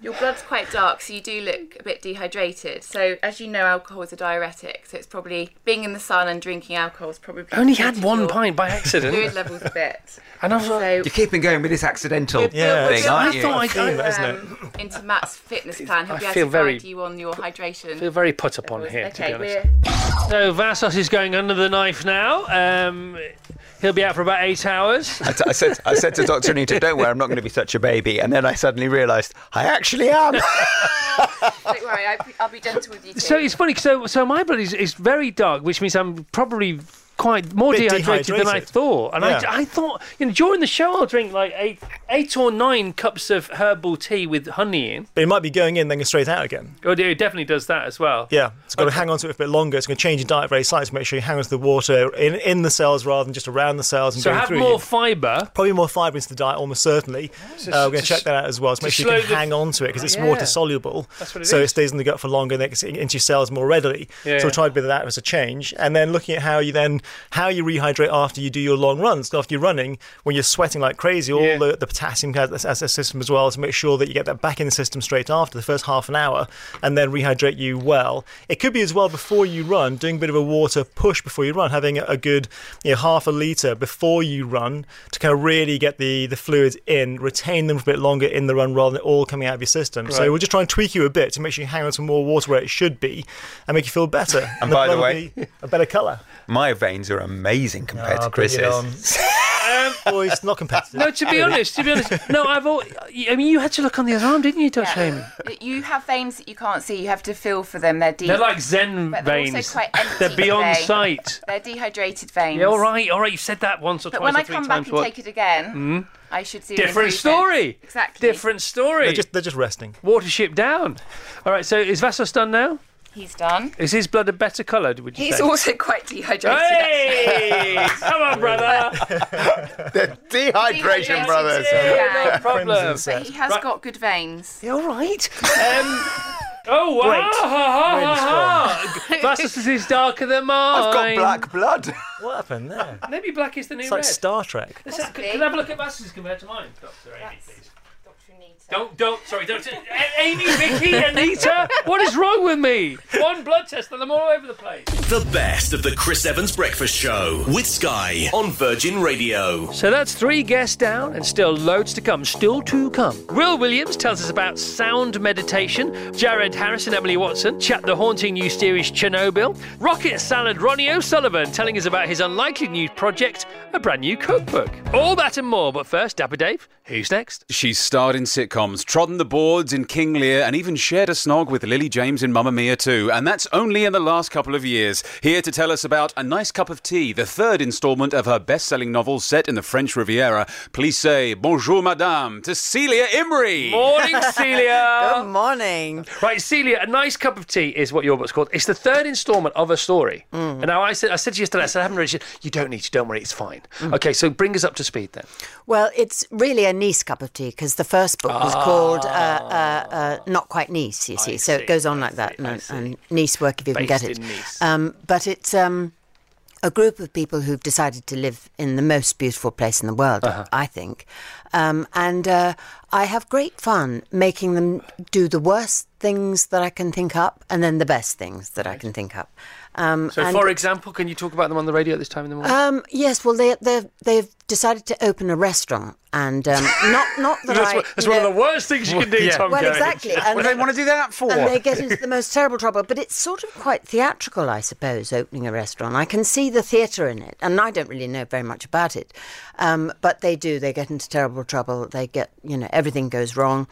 Speaker 9: Your blood's quite dark, so you do look a bit dehydrated. So, as you know, alcohol is a diuretic, so it's probably being in the sun and drinking alcohol is probably.
Speaker 2: I only had
Speaker 9: contributed
Speaker 2: one
Speaker 9: to your
Speaker 2: pint by accident,
Speaker 9: Fluid levels a
Speaker 2: [LAUGHS]
Speaker 9: bit.
Speaker 2: and I was like,
Speaker 9: So,
Speaker 5: You're keeping going with this accidental
Speaker 8: Yeah,
Speaker 5: thing,
Speaker 8: it's-
Speaker 5: aren't
Speaker 2: I
Speaker 5: you?
Speaker 2: thought I-
Speaker 8: that, isn't it?
Speaker 9: um, into Matt's
Speaker 2: [LAUGHS]
Speaker 9: fitness plan, he'll
Speaker 2: I
Speaker 9: be able
Speaker 2: feel
Speaker 9: to
Speaker 2: very-
Speaker 9: guide you on your hydration.
Speaker 2: feel very put upon
Speaker 9: levels.
Speaker 2: here, to be
Speaker 9: okay,
Speaker 2: honest.
Speaker 9: we're
Speaker 2: So Vassos is going under the knife now. Um, he'll be out for about eight hours.
Speaker 5: I, t- I said, I said to Dr. Anita, don't worry, I'm not going to be such a baby. And then I suddenly realised, I actually am.
Speaker 9: Don't worry, I, I'll be gentle with you. Too.
Speaker 2: [LAUGHS] So it's funny. So so my blood is, is very dark, which means I'm probably quite more
Speaker 8: Bit
Speaker 2: dehydrated, than I
Speaker 8: dehydrated.
Speaker 2: thought. And
Speaker 8: Yeah.
Speaker 2: I, I thought you know during the show I'll drink like eight eight or nine cups of herbal tea with honey in.
Speaker 8: But it might be going in, then going straight out again.
Speaker 2: Oh, it definitely does that as well.
Speaker 8: Yeah, it's got to hang on to it for a bit longer. It's going to change your diet very slightly to make sure you hang on to the water in, in the cells rather than just around the cells and
Speaker 2: So
Speaker 8: going
Speaker 2: have
Speaker 8: through.
Speaker 2: more
Speaker 8: you.
Speaker 2: fibre.
Speaker 8: Probably more fibre into the diet, almost certainly. uh, we're going to
Speaker 2: to
Speaker 8: check that out as well. So make
Speaker 2: to
Speaker 8: sure you
Speaker 2: slow
Speaker 8: can
Speaker 2: the-
Speaker 8: hang on to it because it's
Speaker 2: Yeah.
Speaker 8: water soluble.
Speaker 2: That's what it
Speaker 8: so
Speaker 2: is.
Speaker 8: it stays in the gut for longer and it gets in- into your cells more readily.
Speaker 2: Yeah.
Speaker 8: So we'll try a bit of that as a change. And then looking at how you then how you rehydrate after you do your long runs. 'Cause After you're running, when you're sweating like crazy, all
Speaker 2: Yeah.
Speaker 8: the, the potassium has has- has the system as well to make sure that you get that back in the system straight after the first half an hour and then rehydrate you well. It could be as well before you run, doing a bit of a water push before you run, having a- a good you know, half a litre before you run to kind of really get the, the fluids in, retain them for a bit longer in the run rather than it all coming out of your system.
Speaker 2: Right.
Speaker 8: So we'll just try and tweak you a bit to make sure you hang on to more water where it should be and make you feel better. And,
Speaker 5: by the
Speaker 8: blood will
Speaker 5: way-
Speaker 8: be a better colour.
Speaker 5: My veins are amazing compared
Speaker 8: Ah,
Speaker 5: to Chris's.
Speaker 8: Well, it's Um, not competitive.
Speaker 2: No,
Speaker 5: Oh,
Speaker 2: to be honest, to be honest, no, I've. All, I mean, you had to look on the other arm, didn't you, Dr.
Speaker 9: Yeah.
Speaker 2: Amy?
Speaker 9: You have veins that you can't see. You have to feel for them. They're deep.
Speaker 2: They're like Zen
Speaker 9: But they're also
Speaker 2: veins.
Speaker 9: quite empty,
Speaker 2: they're beyond
Speaker 9: they-
Speaker 2: sight.
Speaker 9: They're dehydrated veins.
Speaker 2: Yeah, all right, all right. You've said that once or
Speaker 9: But
Speaker 2: twice
Speaker 9: when
Speaker 2: or
Speaker 9: I
Speaker 2: three
Speaker 9: come
Speaker 2: times.
Speaker 9: back and
Speaker 2: What- Hmm?
Speaker 9: take it again, I should see. an
Speaker 2: Different
Speaker 9: improvement.
Speaker 2: story.
Speaker 9: Exactly.
Speaker 2: Different story.
Speaker 8: They're just, they're just resting.
Speaker 2: Watership down. All right. So is Vassos done now?
Speaker 9: He's done.
Speaker 2: Is his blood a better coloured? Would you
Speaker 9: He's
Speaker 2: say?
Speaker 9: also quite dehydrated.
Speaker 2: Hey! Come
Speaker 5: [LAUGHS]
Speaker 2: on, brother.
Speaker 5: Dehydration,
Speaker 9: Dehydrated
Speaker 5: brothers.
Speaker 9: too.
Speaker 2: No
Speaker 9: Yeah.
Speaker 2: problem.
Speaker 8: Crimson
Speaker 9: But he has
Speaker 2: Right.
Speaker 9: got good veins.
Speaker 2: All right. Um, oh wow!
Speaker 8: [LAUGHS] Great.
Speaker 2: Ha, ha, ha, ha. [LAUGHS] Vassos is darker than mine.
Speaker 5: I've got black
Speaker 8: [LAUGHS]
Speaker 5: blood.
Speaker 8: What happened there?
Speaker 2: Maybe black is the new
Speaker 8: It's like
Speaker 2: red.
Speaker 8: Star Trek.
Speaker 2: Let's have- can I have a look at Vassos compared to mine, Doctor Amy, please? Don't, don't, sorry, don't. A- Amy,
Speaker 9: [LAUGHS]
Speaker 2: Vicky, Anita, what is wrong with me? One blood test and I'm all over the place.
Speaker 6: The best of the Chris Evans Breakfast Show with Sky on Virgin Radio.
Speaker 2: So that's three guests down and still loads to come, still to come. Will Williams tells us about sound meditation, Jared Harris and Emily Watson chat the haunting new series Chernobyl, Rocket Salad Ronnie O'Sullivan telling us about his unlikely new project, a brand new cookbook. All that and more, but first, Dapper Dave, who's next?
Speaker 3: She's starred in sitcoms, trodden the boards in King Lear, and even shared a snog with Lily James in Mamma Mia too. And that's only in the last couple of years. Here to tell us about A Nice Cup of Tea, the third instalment of her best selling novel set in the French Riviera. Please say bonjour, madame, to Celia Imrie. [LAUGHS]
Speaker 2: Morning, [LAUGHS]
Speaker 10: Good
Speaker 2: Celia.
Speaker 10: morning.
Speaker 2: right, Celia, a nice cup of tea is what your book's called. It's the third instalment of a story.
Speaker 10: Mm.
Speaker 2: And now I said, I said to you yesterday, I said, I haven't read it. You don't need to. Don't worry, it's fine.
Speaker 10: Mm.
Speaker 2: Okay, so bring us up to speed then.
Speaker 10: Well, it's really a Nice cup of tea because the first book was called uh, uh, uh, Not Quite Nice, you see. so
Speaker 2: see,
Speaker 10: it goes on
Speaker 2: Ah. I
Speaker 10: like that.
Speaker 2: see, I
Speaker 10: and,
Speaker 2: see.
Speaker 10: and Nice work if you can
Speaker 2: Based
Speaker 10: get it.
Speaker 2: in Nice.
Speaker 10: Um, but it's um, a group of people who've decided to live in the most beautiful place in the world,
Speaker 2: Uh-huh.
Speaker 10: I think. Um, and uh, I have great fun making them do the worst things that I can think up and then the best things that I can think up. Um,
Speaker 2: So,
Speaker 10: and-
Speaker 2: for example, can you talk about them on the radio at this time in the morning?
Speaker 10: um, yes, well, they, they've, they've decided to open a restaurant, and
Speaker 2: [LAUGHS]
Speaker 10: um, not not that
Speaker 2: that's
Speaker 10: I.
Speaker 2: one- that's
Speaker 10: you
Speaker 2: one of
Speaker 10: know-
Speaker 2: the worst things you can do,
Speaker 5: Yeah.
Speaker 2: Tom
Speaker 10: Well,
Speaker 2: Jones.
Speaker 10: exactly. And
Speaker 3: What do they want to do that for?
Speaker 10: and they get into the most terrible trouble. But it's sort of quite theatrical, I suppose, opening a restaurant. I can see the theatre in it, and I don't really know very much about it. Um, but they do. They get into terrible trouble. They get, you know, everything goes wrong.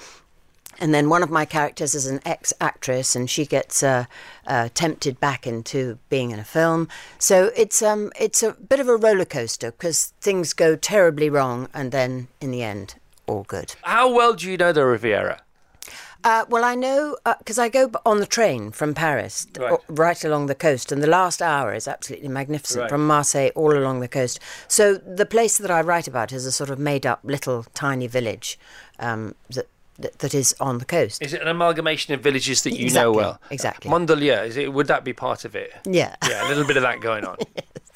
Speaker 10: And then one of my characters is an ex actress, and she gets uh, uh, tempted back into being in a film. So it's um, it's a bit of a roller coaster because things go terribly wrong, and then in the end, all good.
Speaker 2: How well do you know the Riviera?
Speaker 10: Uh, well, I know because I go b- on the train from Paris t-
Speaker 2: Right.
Speaker 10: o- right along the coast, and the last hour is absolutely magnificent
Speaker 2: Right.
Speaker 10: from Marseille all along the coast. So the place that I write about is a sort of made-up little tiny village um, that, that that is on the coast.
Speaker 2: Is it an amalgamation of villages that you know
Speaker 10: Exactly,
Speaker 2: well?
Speaker 10: exactly.
Speaker 2: Mondelieu, is it? Would that be part
Speaker 10: [LAUGHS]
Speaker 2: of it?
Speaker 10: yeah.
Speaker 2: Yeah, a little bit of that going on.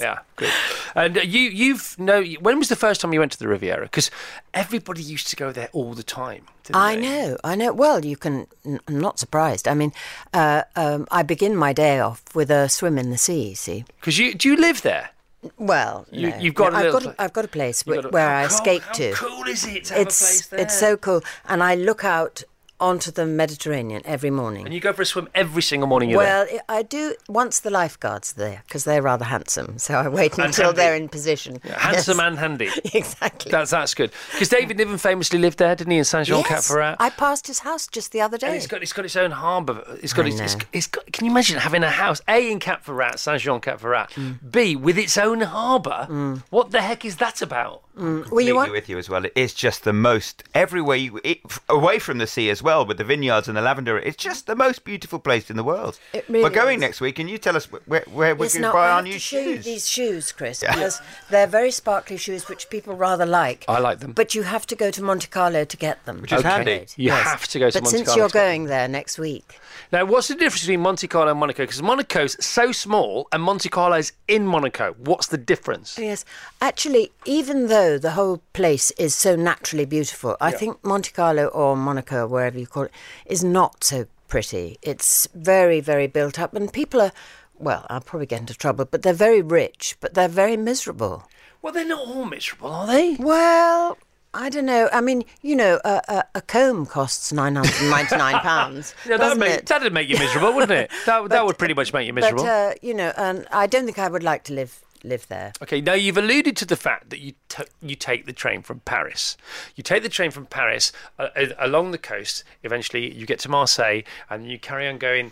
Speaker 2: Yeah, good. And uh, you, you've no. When was the first time you went to the Riviera? Because everybody used to go there all the time. didn't
Speaker 10: I
Speaker 2: they?
Speaker 10: know, I know. Well, you can. n- I'm not surprised. I mean, uh, um, I begin my day off with a swim in the sea. you See,
Speaker 2: Because you do you live there?
Speaker 10: well,
Speaker 2: You-
Speaker 10: no,
Speaker 2: you've got
Speaker 10: no,
Speaker 2: a
Speaker 10: I've
Speaker 2: little
Speaker 10: got
Speaker 2: pla-
Speaker 10: a, I've got a place
Speaker 2: You
Speaker 10: wh-
Speaker 2: gotta-
Speaker 10: where
Speaker 2: how
Speaker 10: I
Speaker 2: cool-
Speaker 10: escape
Speaker 2: how
Speaker 10: to.
Speaker 2: cool is it to have a place
Speaker 10: It's
Speaker 2: there?
Speaker 10: it's so cool, and I look out onto the Mediterranean every morning.
Speaker 2: And you go for a swim every single morning. You're
Speaker 10: well, I- I do once the lifeguards are there because they're rather handsome, so I wait
Speaker 2: And
Speaker 10: until
Speaker 2: handy.
Speaker 10: they're in position.
Speaker 2: there. handsome
Speaker 10: Yes.
Speaker 2: and handy.
Speaker 10: [LAUGHS] exactly.
Speaker 2: That's that's good. Because David Niven famously lived there, didn't he? In Saint Jean
Speaker 10: yes,
Speaker 2: Cap
Speaker 10: I passed his house just the other
Speaker 2: And
Speaker 10: day.
Speaker 2: it's got it's got its own harbour. It's got
Speaker 10: I
Speaker 2: its, it's,
Speaker 10: know.
Speaker 2: it's got. Can you imagine having a house A in Cap Ferrat, Saint Jean Cap Ferrat, B with its own harbour? What the heck is that about?
Speaker 10: Were you
Speaker 5: completely
Speaker 10: on?
Speaker 5: with you as well. It's just the most everywhere you it, f- away from the sea as well, with the vineyards and the lavender. It's just the most beautiful place in the world.
Speaker 10: It really
Speaker 5: we're going
Speaker 10: is.
Speaker 5: next week, and you tell us wh- where, where we
Speaker 10: Yes,
Speaker 5: can
Speaker 10: no,
Speaker 5: buy
Speaker 10: I
Speaker 5: our
Speaker 10: have
Speaker 5: new
Speaker 10: to show you
Speaker 5: shoes.
Speaker 10: these shoes, Chris, because they're very sparkly shoes, which people rather like.
Speaker 2: I like them.
Speaker 10: But you have to go to Monte Carlo to get them. Which
Speaker 5: is Okay. handy.
Speaker 2: You have to go to
Speaker 10: but
Speaker 2: Monte
Speaker 10: since
Speaker 2: Carlo
Speaker 10: you're
Speaker 2: to get them.
Speaker 10: going there next week,
Speaker 2: Now, what's the difference between Monte Carlo and Monaco? Because Monaco's so small and Monte Carlo's in Monaco. What's the difference?
Speaker 10: Yes, actually, even though the whole place is so naturally beautiful, I think Monte Carlo or Monaco, wherever you call it, is not so pretty. It's very, very built up, and people are. Well, I'll probably get into trouble, but they're very rich, but they're very miserable.
Speaker 2: Well, they're not all miserable, are they?
Speaker 10: Well, I don't know. I mean, you know, a, a, a comb costs nine hundred and ninety-nine pounds.
Speaker 2: Yeah, that'd
Speaker 10: doesn't
Speaker 2: make,
Speaker 10: it?
Speaker 2: that'd make you miserable, wouldn't it? That, that would pretty much make you [LAUGHS] miserable.
Speaker 10: But uh, you know, and I don't think I would like to live live there.
Speaker 2: Okay, now you've alluded to the fact that you t- you take the train from Paris. You take the train from Paris uh, uh, along the coast. Eventually, you get to Marseille, and you carry on going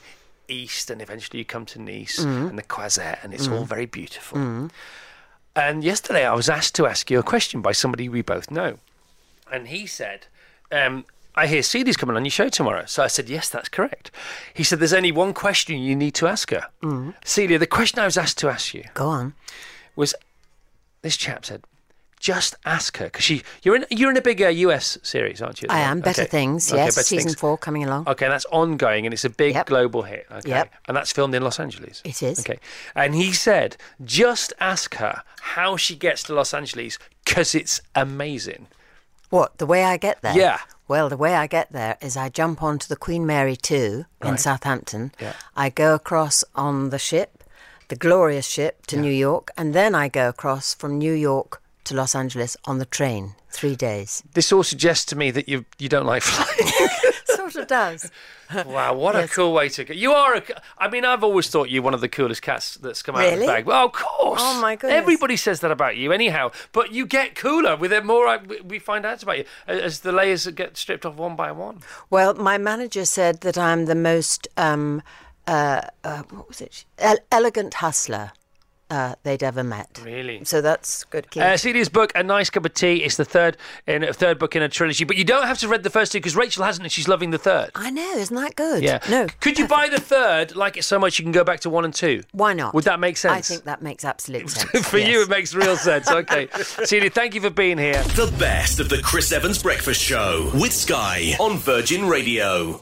Speaker 2: east, and eventually you come to Nice
Speaker 10: Mm.
Speaker 2: and the Croisette, and it's all very beautiful. And yesterday, I was asked to ask you a question by somebody we both know, and he said. Um, I hear Cedy's coming on your show tomorrow. So I said, Yes, that's correct. He said, There's only one question you need to ask her.
Speaker 11: Mm-hmm.
Speaker 2: Celia, the question I was asked to ask you
Speaker 10: Go on.
Speaker 2: was this chap said, just ask her because she you're in you're in a big uh, US series, aren't you? at the
Speaker 10: I
Speaker 2: moment?
Speaker 10: am Better
Speaker 2: Okay.
Speaker 10: Things.
Speaker 2: Okay,
Speaker 10: Yes,
Speaker 2: Better
Speaker 10: season
Speaker 2: Things.
Speaker 10: four coming along.
Speaker 2: Okay, that's ongoing and it's a big
Speaker 10: Yep.
Speaker 2: global hit. Okay,
Speaker 10: Yep.
Speaker 2: and that's filmed in Los Angeles.
Speaker 10: It is.
Speaker 2: Okay, and he said, just ask her how she gets to Los Angeles because it's
Speaker 10: [LAUGHS]
Speaker 2: amazing.
Speaker 10: What, the way I get there?
Speaker 2: Yeah.
Speaker 10: Well, the way I get there is I jump onto the Queen Mary 2 in Southampton.
Speaker 2: Yeah.
Speaker 10: I go across on the ship, the glorious ship, to New York, and then I go across from New York to to Los Angeles on the train, three days.
Speaker 2: This all suggests to me that you you don't like [LAUGHS] flying.
Speaker 10: [LAUGHS] sort of does.
Speaker 2: wow, what a cool way to go. You are a. c- I mean, I've always thought you one of the coolest cats that's come out of the
Speaker 10: Really?
Speaker 2: bag. Well, of course.
Speaker 10: Oh, my goodness.
Speaker 2: Everybody says that about you, anyhow. But you get cooler with the more I, we- we find out about you a- as the layers get stripped off one by one.
Speaker 10: Well, my manager said that I'm the most, um, uh, uh, what was it? El- elegant hustler uh, they'd ever met.
Speaker 2: Really.
Speaker 10: So that's good. Keith.
Speaker 2: Uh, Celia's book, A Nice Cup of Tea, it's the third in third book in a trilogy. But you don't have to read the first two because Rachel hasn't, and she's loving the third.
Speaker 10: I know, isn't that good?
Speaker 2: Yeah.
Speaker 10: No.
Speaker 2: Could you buy the third, like it so much you can go back to one and two? [LAUGHS]
Speaker 10: Why not?
Speaker 2: Would that make sense?
Speaker 10: I think that makes absolute sense.
Speaker 2: for you,
Speaker 10: yes.
Speaker 2: it makes real sense.
Speaker 10: [LAUGHS]
Speaker 2: Okay. Celia, thank you for being here.
Speaker 6: The best of the Chris Evans Breakfast Show with Sky on Virgin Radio.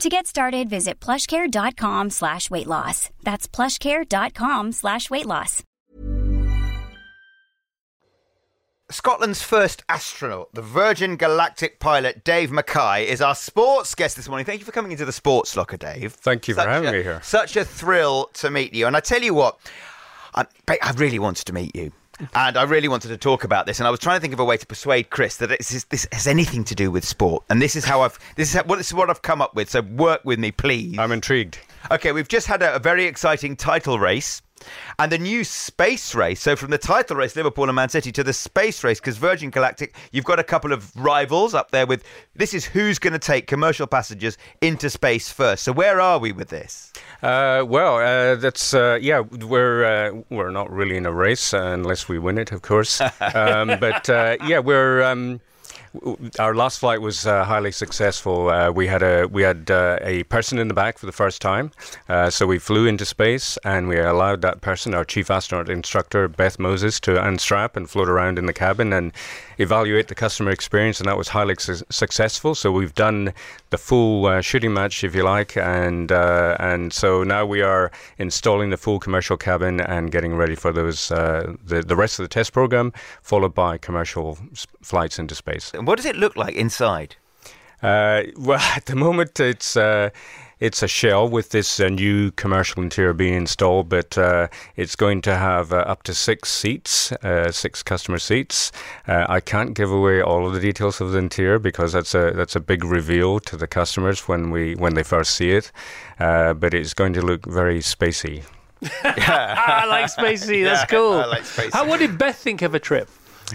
Speaker 1: To get started, visit plushcare.com slash weight loss. That's plushcare.com slash weight loss.
Speaker 5: Scotland's first astronaut, the Virgin Galactic pilot Dave Mackay, is our sports guest this morning. Thank you for coming into the sports locker, Dave.
Speaker 11: Thank you for having
Speaker 5: a,
Speaker 11: me here.
Speaker 5: Such a thrill to meet you. And I tell you what, I, ba- I really wanted to meet you. And I really wanted to talk about this, and I was trying to think of a way to persuade Chris that this, is, this has anything to do with sport, and this is how I've this is how, well, this is what I've come up with. So work with me, please. I'm
Speaker 11: intrigued.
Speaker 5: Okay, we've just had a, a very exciting title race, and the new space race. So from the title race, Liverpool and Man City, to the space race, because Virgin Galactic, you've got a couple of rivals up there. With this is who's going to take commercial passengers into space first. So where are we with this?
Speaker 11: Uh, well, uh, that's uh, yeah. We're uh, we're not really in a race uh, unless we win it, of course. um, but uh, yeah, we're. Um, w- w- our last flight was uh, highly successful. Uh, we had a we had uh, a person in the back for the first time, uh, so we flew into space and we allowed that person, our chief astronaut instructor Beth Moses, to unstrap and float around in the cabin and evaluate the customer experience, and that was highly su- successful. So we've done the full uh, shooting match, if you like, and uh, and so now we are installing the full commercial cabin and getting ready for those uh, the the rest of the test program, followed by commercial s- flights into space.
Speaker 5: And what does it look like inside?
Speaker 11: Uh, [LAUGHS] well, at the moment, it's uh, it's a shell with this uh, new commercial interior being installed, but uh, it's going to have uh, up to six seats, uh, six customer seats. Uh, I can't give away all of the details of the interior because that's a that's a big reveal to the customers when we when they first see it. Uh, but it's going to look very spacey.
Speaker 2: [LAUGHS] I like Spacey.
Speaker 5: [LAUGHS]
Speaker 2: That's
Speaker 5: Yeah,
Speaker 2: cool.
Speaker 5: I like Spacey.
Speaker 2: How, what did Beth think of a trip?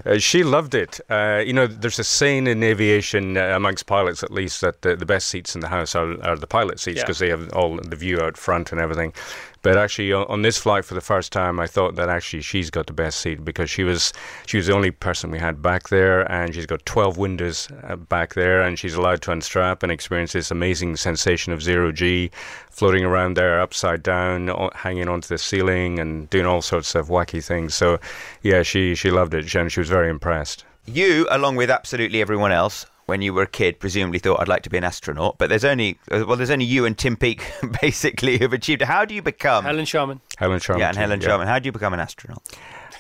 Speaker 11: Uh, she loved it. Uh, you know, there's a saying in aviation, uh, amongst pilots at least, that the, the best seats in the house are, are the pilot seats
Speaker 2: Yeah.
Speaker 11: because they have all the view out front and everything. But actually, on, on this flight for the first time, I thought that actually she's got the best seat because she was she was the only person we had back there, and she's got 12 windows uh, back there, and she's allowed to unstrap and experience this amazing sensation of zero g, floating around there upside down, o- hanging onto the ceiling, and doing all sorts of wacky things. So, yeah, she she loved it, and she was very impressed.
Speaker 5: You, along with absolutely everyone else, when you were a kid, presumably thought I'd like to be an astronaut. But there's only uh, well, there's only you and Tim Peake [LAUGHS] basically who've achieved. it. How do you become?
Speaker 2: Helen Sharman.
Speaker 11: Helen Sharman.
Speaker 5: yeah, and
Speaker 11: too,
Speaker 5: Helen Sharman. How do you become an astronaut?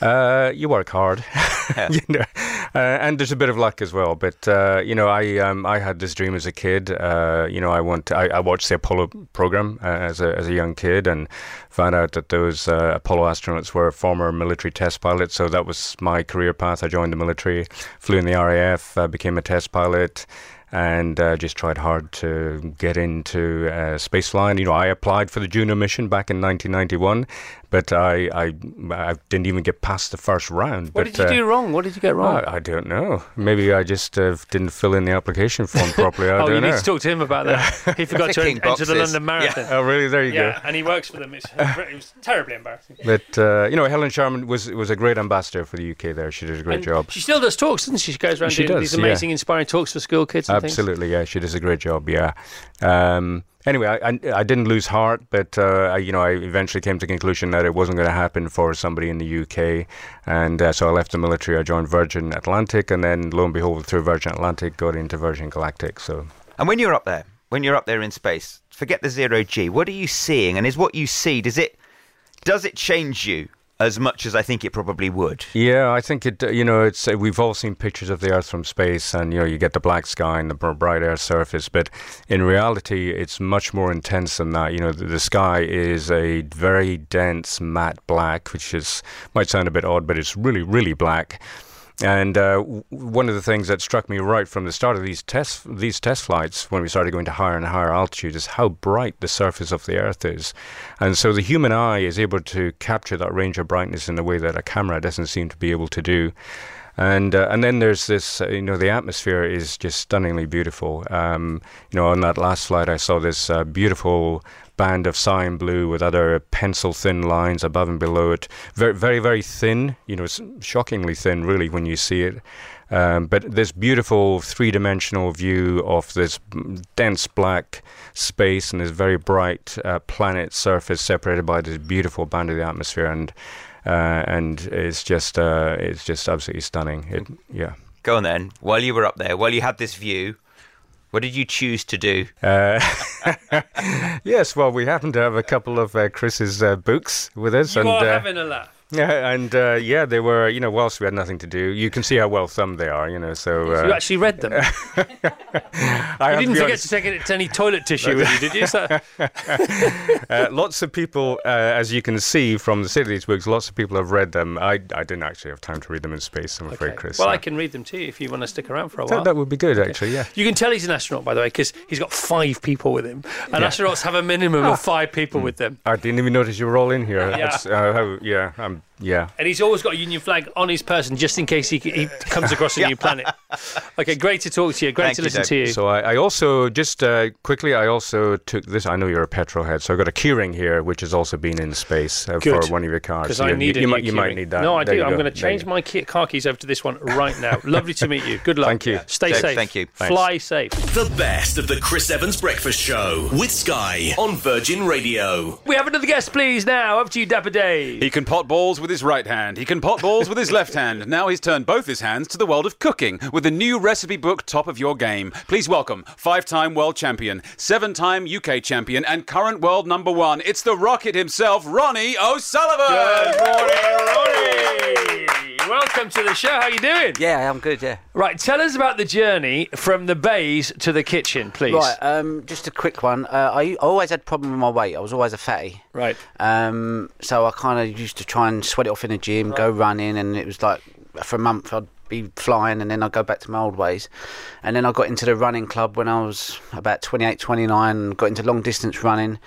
Speaker 11: Uh, you work hard, [LAUGHS] you know, uh, and there's a bit of luck as well. But uh, you know, I um, I had this dream as a kid. Uh, you know, I want I, I watched the Apollo program uh, as a as a young kid and found out that those uh, Apollo astronauts were former military test pilots. So that was my career path. I joined the military, flew in the RAF, uh, became a test pilot and uh, just tried hard to get into uh, spaceline. You know, I applied for the Juno mission back in 1991, but I I, I didn't even get past the first round.
Speaker 2: What
Speaker 11: but,
Speaker 2: did you
Speaker 11: uh,
Speaker 2: do wrong? What did you get wrong?
Speaker 11: I, I don't know. Maybe I just uh, didn't fill in the application form properly. I
Speaker 2: [LAUGHS] oh,
Speaker 11: don't
Speaker 2: you
Speaker 11: know.
Speaker 2: need to talk to him about that. [LAUGHS] He forgot to
Speaker 5: Ticking
Speaker 2: en- enter the
Speaker 5: boxes.
Speaker 2: London Marathon.
Speaker 11: oh, really? There you go.
Speaker 2: Yeah, and he works for them. It's, it was terribly embarrassing.
Speaker 11: But uh, you know, Helen Sharman was was a great ambassador for the UK. There, she did a great
Speaker 2: And
Speaker 11: job.
Speaker 2: She still does talks, doesn't she? She goes around
Speaker 11: She
Speaker 2: doing
Speaker 11: does,
Speaker 2: these
Speaker 11: yeah.
Speaker 2: amazing, inspiring talks for school kids and things.
Speaker 11: Absolutely, yeah, she does a great job. Yeah, um, Anyway, I, I, I didn't lose heart, but uh, I, you know, I eventually came to the conclusion that it wasn't going to happen for somebody in the UK, and uh, so I left the military. I joined Virgin Atlantic, and then lo and behold, through Virgin Atlantic, got into Virgin Galactic. So,
Speaker 5: and when you're up there, when you're up there in space, forget the zero g. What are you seeing? And is what you see does it does it change you as much as I think it probably would?
Speaker 11: Yeah, I think it. You know, it's uh, we've all seen pictures of the Earth from space, and you know, you get the black sky and the br- bright air surface. But in reality, it's much more intense than that. You know, the, the sky is a very dense matte black, which is might sound a bit odd, but it's really, really black. And uh, w- one of the things that struck me right from the start of these test these test flights, when we started going to higher and higher altitude, is how bright the surface of the Earth is. And so the human eye is able to capture that range of brightness in a way that a camera doesn't seem to be able to do. And uh, and then there's this, uh, you know, the atmosphere is just stunningly beautiful. Um, you know, on that last flight, I saw this uh, beautiful band of cyan blue with other pencil thin lines above and below it. Very, very, very thin. You know, it's shockingly thin, really, when you see it. Um, but this beautiful three dimensional view of this dense black space and this very bright uh, planet surface separated by this beautiful band of the atmosphere, and uh, and it's just uh, it's just absolutely stunning. It, yeah.
Speaker 5: Go on then. While you were up there, while you had this view, what did you choose to do?
Speaker 11: Uh, [LAUGHS] yes, well, we happen to have a couple of uh, Chris's uh, books with us,
Speaker 2: You
Speaker 11: and
Speaker 2: are
Speaker 11: uh,
Speaker 2: having a laugh.
Speaker 11: yeah, and uh, yeah, they were. You know, whilst we had nothing to do, you can see how well thumbed they are. You know, so uh,
Speaker 2: you actually read them.
Speaker 11: I
Speaker 2: you
Speaker 11: have to
Speaker 2: didn't
Speaker 11: be
Speaker 2: forget
Speaker 11: honest.
Speaker 2: to take it- any toilet tissue with you, did you?
Speaker 11: [LAUGHS]
Speaker 2: So,
Speaker 11: [LAUGHS] uh, lots of people, uh, as you can see from the state of these books, lots of people have read them. I, I didn't actually have time to read them in space, I'm afraid, Chris.
Speaker 2: well,
Speaker 11: so-
Speaker 2: I can read them to you if you want to stick around for a while.
Speaker 11: that, that would be good, actually, yeah.
Speaker 2: You can tell he's an astronaut, by the way, because he's got five people with him. And
Speaker 11: Yeah.
Speaker 2: astronauts have a minimum
Speaker 11: Ah.
Speaker 2: of five people with them.
Speaker 11: I didn't even notice you were all in here.
Speaker 2: Yeah.
Speaker 11: That's, uh, how, yeah, um, yeah.
Speaker 2: And he's always got a union flag on his person just in case he, he comes across a new planet. Okay, great to talk to you. Great to listen to you.
Speaker 11: So I, I also just uh, quickly, I also took this. I know you're a petrol head, so I got a keyring here, which has also been in space uh, for
Speaker 2: Good.
Speaker 11: one of your cars.
Speaker 2: Because
Speaker 11: You-
Speaker 2: I
Speaker 11: you-
Speaker 2: need
Speaker 11: you,
Speaker 2: a new
Speaker 11: might, you might
Speaker 2: keyring.
Speaker 11: need that.
Speaker 2: No, I
Speaker 11: There
Speaker 2: do.
Speaker 11: you
Speaker 2: I'm
Speaker 11: go.
Speaker 2: going to
Speaker 11: There you
Speaker 2: change my key- car keys over to this one right
Speaker 11: [LAUGHS]
Speaker 2: now. Lovely to meet you. Good luck.
Speaker 11: Thank you.
Speaker 2: Stay
Speaker 11: Dave,
Speaker 2: safe.
Speaker 11: thank you. Thanks.
Speaker 2: Fly safe.
Speaker 6: The best of the Chris Evans Breakfast Show with Sky on Virgin Radio.
Speaker 2: We have another guest, please, now. Up to you, Dapper Dave.
Speaker 3: He can pot balls with his right hand. He can pot balls with his left hand. Now he's turned both his hands to the world of cooking with the new recipe book Top of Your Game. Please welcome five time world champion, seven time UK champion, and current world number one. It's the rocket himself, Ronnie O'Sullivan.
Speaker 2: Welcome to the show. How you doing?
Speaker 12: Yeah, I'm good. Yeah.
Speaker 2: Right, tell us about the journey from the bays to the kitchen, please.
Speaker 12: Right, um, just a quick one. Uh, I I always had problem with my weight. I was always a fatty.
Speaker 2: Right.
Speaker 12: Um, so I kind of used to try and sweat it off in the gym, go running, and it was like for a month I'd be flying, and then I'd go back to my old ways. And then I got into the running club when I was about 28, 29, and got into long distance running.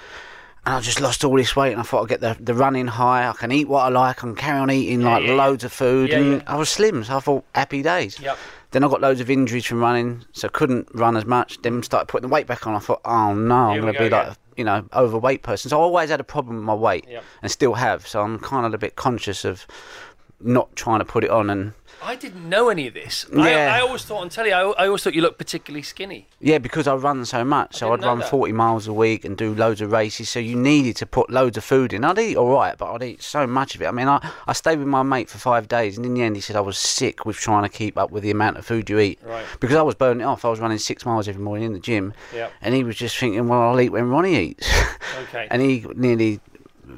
Speaker 12: And I just lost all this weight, and I thought I'd get the, the running high. I can eat what I like, I can carry on eating like loads of food.
Speaker 13: Yeah,
Speaker 12: and
Speaker 13: yeah.
Speaker 12: I was slim, so I thought happy days.
Speaker 13: Yep.
Speaker 12: Then I got loads of injuries from running, so couldn't run as much. Then started putting the weight back on. I thought, oh no, I'm
Speaker 13: Here we
Speaker 12: going to
Speaker 13: go
Speaker 12: be like,
Speaker 13: again.
Speaker 12: you know, overweight person. So I always had a problem with my weight,
Speaker 2: Yep.
Speaker 12: and still have. So I'm kind of a bit conscious of not trying to put it on. And
Speaker 2: I didn't know any of this.
Speaker 12: Yeah.
Speaker 2: I, I always thought on telly, I, I always thought you looked particularly skinny.
Speaker 12: yeah, because I run so much, so I'd
Speaker 2: know
Speaker 12: run
Speaker 2: that.
Speaker 12: 40 miles a week and do loads of races. So you needed to put loads of food in. I'd eat all right, but I'd eat so much of it. I mean, I I stayed with my mate for five days, and in the end, he said I was sick with trying to keep up with the amount of food you eat.
Speaker 13: Right.
Speaker 12: Because I was burning it off. I was running six miles every morning in the gym.
Speaker 13: Yep.
Speaker 12: And he was just thinking, well, I'll eat when Ronnie eats. [LAUGHS]
Speaker 2: Okay.
Speaker 12: and he nearly,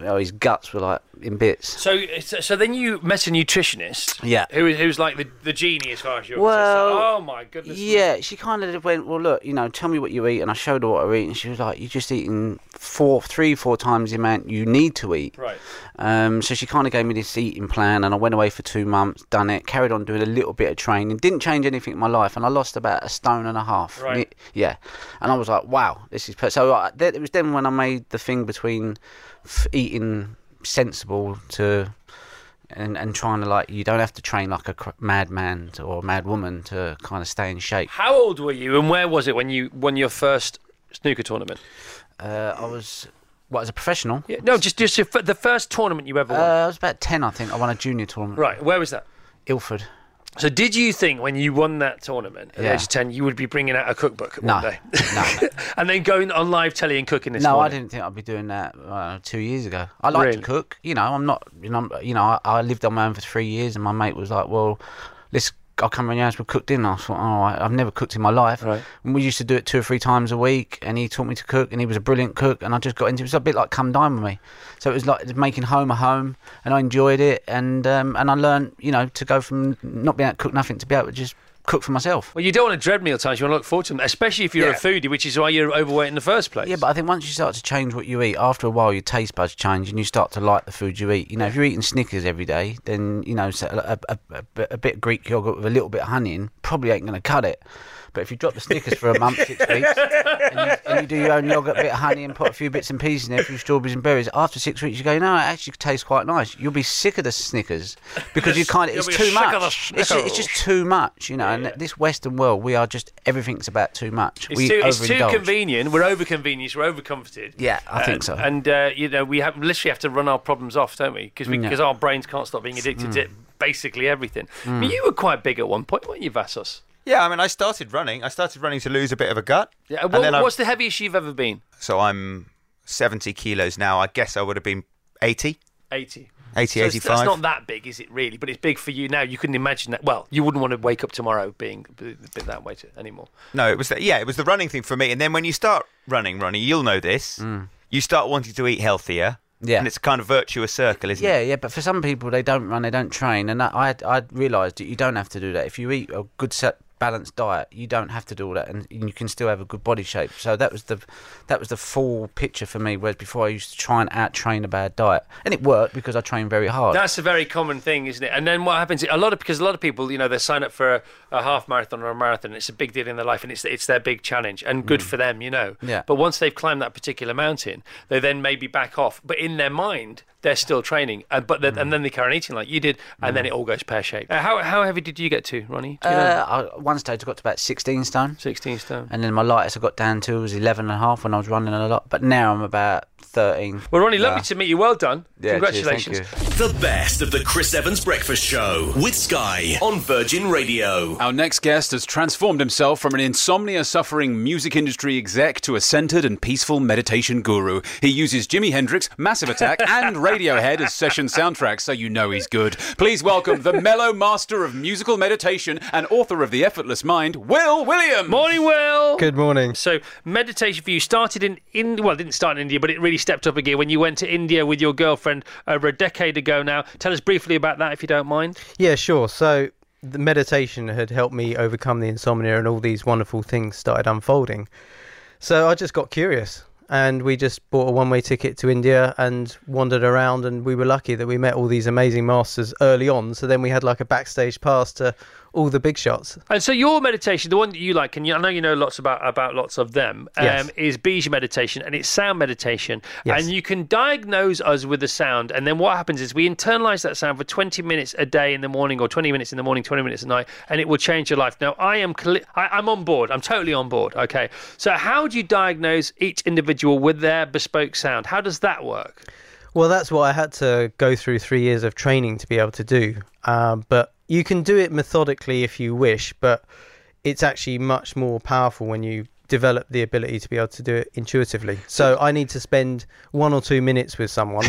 Speaker 12: oh, his guts were like in bits.
Speaker 2: So, so, so then you met a nutritionist.
Speaker 12: Yeah.
Speaker 2: Who, who's like the, the genie as far as you're
Speaker 12: Well,
Speaker 2: concerned. So, Oh my goodness. me.
Speaker 12: Yeah, she kind of went, well, look, you know, tell me what you eat, and I showed her what I eat, and she was like, you're just eating four, three, four times the amount you need to eat.
Speaker 2: Right.
Speaker 12: Um, so she kind of gave me this eating plan, and I went away for two months, done it, carried on doing a little bit of training, didn't change anything in my life, and I lost about a stone and a half.
Speaker 13: Right.
Speaker 12: Ne- yeah, and I was like, wow, this is per-. so. I, th- it was then when I made the thing between f- eating sensible to and and trying to like you don't have to train like a cr- madman to- or mad woman to kind of stay in shape.
Speaker 2: How old were you and where was it when you won your first snooker tournament?
Speaker 12: Uh, I was what as a professional.
Speaker 2: Yeah, no, just just your, f- the first tournament you ever
Speaker 12: Uh,
Speaker 2: won.
Speaker 12: I was about ten, I think. I won a junior tournament.
Speaker 2: right. Where was that?
Speaker 12: Ilford.
Speaker 2: So, did you think when you won that tournament at
Speaker 12: Yeah.
Speaker 2: the age of 10, you would be bringing out a cookbook one
Speaker 12: No,
Speaker 2: day? [LAUGHS] and then going on live telly and cooking this
Speaker 12: no,
Speaker 2: morning?
Speaker 12: I didn't think I'd be doing that uh, two years ago. I like
Speaker 2: Really?
Speaker 12: to cook. You know, I'm not. You know, I'm- you know I, I lived on my own for three years, and my mate was like, "Well, let's." I'll come round your house. We'll cook dinner. I thought, oh, I- I've never cooked in my life. And we used to do it two or three times a week. And he taught me to cook, and he was a brilliant cook. And I just got into it. It was a bit like come dine with me. So it was like making home a home, and I enjoyed it. And um, and I learned, you know, to go from not being able to cook nothing to be able to just cook for myself.
Speaker 2: Well, you don't want to dread meal times. You want to look forward to them, especially if you're
Speaker 12: Yeah.
Speaker 2: a foodie, which is why you're overweight in the first place.
Speaker 12: Yeah, but I think once you start to change what you eat, after a while your taste buds change and you start to like the food you eat. You know, if you're eating Snickers every day, then you know so a, a, a, a- a bit of Greek yogurt with a little bit of honey in probably ain't going to cut it. But if you drop the Snickers for a month,
Speaker 2: [LAUGHS]
Speaker 12: six weeks, and you, and you do your own yogurt, a bit of honey, and put a few bits and pieces in there, a few strawberries and berries, after six weeks you go, no, it actually tastes quite nice. You'll be sick of the Snickers because you can't. It's
Speaker 2: You'll be
Speaker 12: too
Speaker 2: sick of the
Speaker 12: much. It's just, it's just too much, you know. And this Western world, we are just everything's about too much.
Speaker 2: It's
Speaker 12: we
Speaker 2: too, it's too
Speaker 12: overindulge.
Speaker 2: convenient. We're overconvenienced. We're overcomforted.
Speaker 12: Yeah, I think
Speaker 2: And-
Speaker 12: so.
Speaker 2: And uh, you know, we have literally have to run our problems off, don't we? Because
Speaker 12: Yeah.
Speaker 2: because our brains can't stop being addicted to
Speaker 5: Mm.
Speaker 2: basically everything. I mean,
Speaker 5: Mm.
Speaker 2: you were quite big at one point, weren't you, Vassos?
Speaker 5: Yeah, I mean, I started running. I started running to lose a bit of a gut.
Speaker 2: Yeah.
Speaker 5: And
Speaker 2: What,
Speaker 5: then I-
Speaker 2: what's the heaviest you've ever been?
Speaker 5: So I'm 70 kilos now. I guess I would have been 80.
Speaker 2: Eighty.
Speaker 5: 80,
Speaker 2: So it's- It's,
Speaker 5: 85.
Speaker 2: not that big, is it really? But it's big for you now. You couldn't imagine that. Well, you wouldn't want to wake up tomorrow being a bit that weight anymore.
Speaker 5: No, it was the, yeah, it was the running thing for me. And then when you start running, Ronnie, you'll know this. You start wanting to eat healthier.
Speaker 12: Yeah.
Speaker 5: And it's a kind of virtuous circle, isn't
Speaker 12: yeah,
Speaker 5: it?
Speaker 12: yeah, but for some people, they don't run, they don't train, and I I realised that you don't have to do that. If you eat a good set balanced diet, you don't have to do all that, and you can still have a good body shape. So that was the that was the full picture for me. Whereas before, I used to try and out train a bad diet, and it worked because I trained very hard.
Speaker 2: That's a very common thing, isn't it? And then what happens? A lot of because a lot of people, you know, they sign up for a, a half marathon or a marathon. It's a big deal in their life, and it's it's their big challenge, and good
Speaker 12: Mm.
Speaker 2: for them, you know.
Speaker 12: Yeah.
Speaker 2: But once they've climbed that particular mountain, they then maybe back off. But in their mind, they're still training, and but then and then they carry on eating like you did, and then it all goes pear shaped. Uh, how how heavy did you get to, Ronnie? Do you know?
Speaker 12: Uh, I, one stage I got to about 16 stone.
Speaker 2: 16 stone.
Speaker 12: And then my lightest I got down to was 11 and a half when I was running a lot. But now I'm about 13.
Speaker 2: Well, Ronnie, lovely to meet you. Well done.
Speaker 12: Yeah, cheers, thank
Speaker 2: Congratulations.
Speaker 12: you.
Speaker 6: The best of the Chris Evans Breakfast Show with Sky on Virgin Radio.
Speaker 3: Our next guest has transformed himself from an insomnia suffering music industry exec to a centered and peaceful meditation guru. He uses Jimi Hendrix, Massive
Speaker 2: [LAUGHS]
Speaker 3: Attack, and Radiohead as session soundtracks, so you know he's good. Please welcome
Speaker 2: [LAUGHS]
Speaker 3: the mellow master of musical meditation and author of The Effortless Mind, Will William.
Speaker 2: Morning, Will.
Speaker 13: Good morning.
Speaker 2: So, meditation for you started in India. Well, it didn't start in India, but it really stepped up a gear when you went to India with your girlfriend over a decade ago now. Tell us briefly about that, if you don't mind.
Speaker 13: Yeah, sure. So the meditation had helped me overcome the insomnia, and all these wonderful things started unfolding. So I just got curious, and we just bought a one-way ticket to India and wandered around. And we were lucky that we met all these amazing masters early on. So then we had like a backstage pass to all the big shots.
Speaker 2: And so, your meditation, the one that you like, and you, I know you know lots about about lots of them, um,
Speaker 13: Yes.
Speaker 2: is Bija meditation, and it's sound meditation.
Speaker 13: Yes.
Speaker 2: And you can diagnose us with the sound, and then what happens is we internalize that sound for 20 minutes a day in the morning, or 20 minutes in the morning, 20 minutes at night, and it will change your life. Now, I am, cl- I, I'm on board. I'm totally on board. Okay. So, how do you diagnose each individual with their bespoke sound? How does that work?
Speaker 13: Well, that's what I had to go through three years of training to be able to do. Um, but you can do it methodically if you wish, but it's actually much more powerful when you develop the ability to be able to do it intuitively. So I need to spend one or two minutes with someone.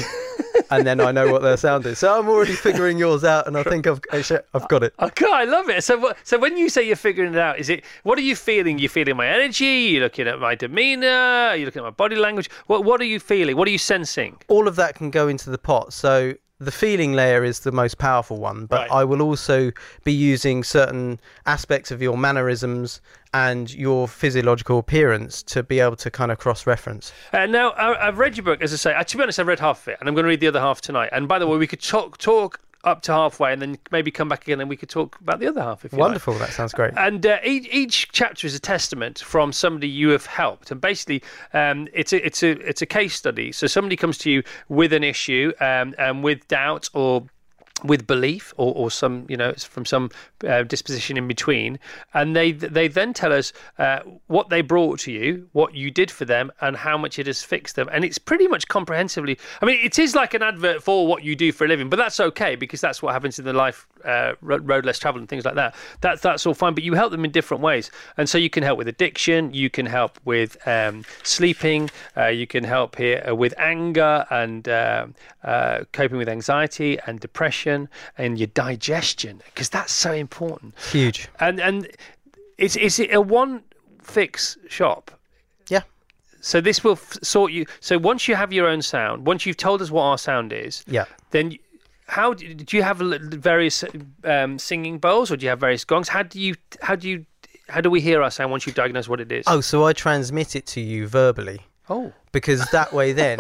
Speaker 13: and then I know what their sound is. So I'm already figuring yours out, and I think I've actually, I've got it.
Speaker 2: Okay, I love it. So, what, so when you say you're figuring it out, is it what are you feeling? You feeling my energy? You looking at my demeanor? Are you looking at my body language? What What are you feeling? What are you sensing?
Speaker 13: all of that can go into the pot. So the feeling layer is the most powerful one, but I will also be using certain aspects of your mannerisms and your physiological appearance to be able to kind of cross reference.
Speaker 2: Uh, now, I, I've read your book, as I say. Uh, to be honest, I've read half of it, and I'm going to read the other half tonight. And by the way, we could talk talk up to halfway, and then maybe come back again, and we could talk about the other half. If you like.
Speaker 13: Wonderful, that sounds great.
Speaker 2: And uh, each, each chapter is a testament from somebody you have helped, and basically, um, it's a it's a it's a case study. So somebody comes to you with an issue, um, and with doubt or with belief or, or some you know it's from some uh, disposition in between and they they then tell us uh, what they brought to you what you did for them and how much it has fixed them and it's pretty much comprehensively i mean it is like an advert for what you do for a living but that's okay because that's what happens in the life uh, ro- road less traveled and things like that. That that's all fine, but you help them in different ways, and so you can help with addiction, you can help with um, sleeping, uh, you can help here uh, with anger and um uh, coping with anxiety and depression and your digestion because that's so important.
Speaker 13: Huge.
Speaker 2: And and it's is it a one fix shop?
Speaker 13: Yeah.
Speaker 2: So this will f- sort you. So once you have your own sound, once you've told us what our sound is,
Speaker 13: Yeah.
Speaker 2: then y- how do do you have l- various um, singing bowls or do you have various gongs? How do you how do you how do we hear our sound once you've diagnosed what it is?
Speaker 13: Oh, so I transmit it to you verbally.
Speaker 2: Oh.
Speaker 13: Because that way
Speaker 2: [LAUGHS]
Speaker 13: then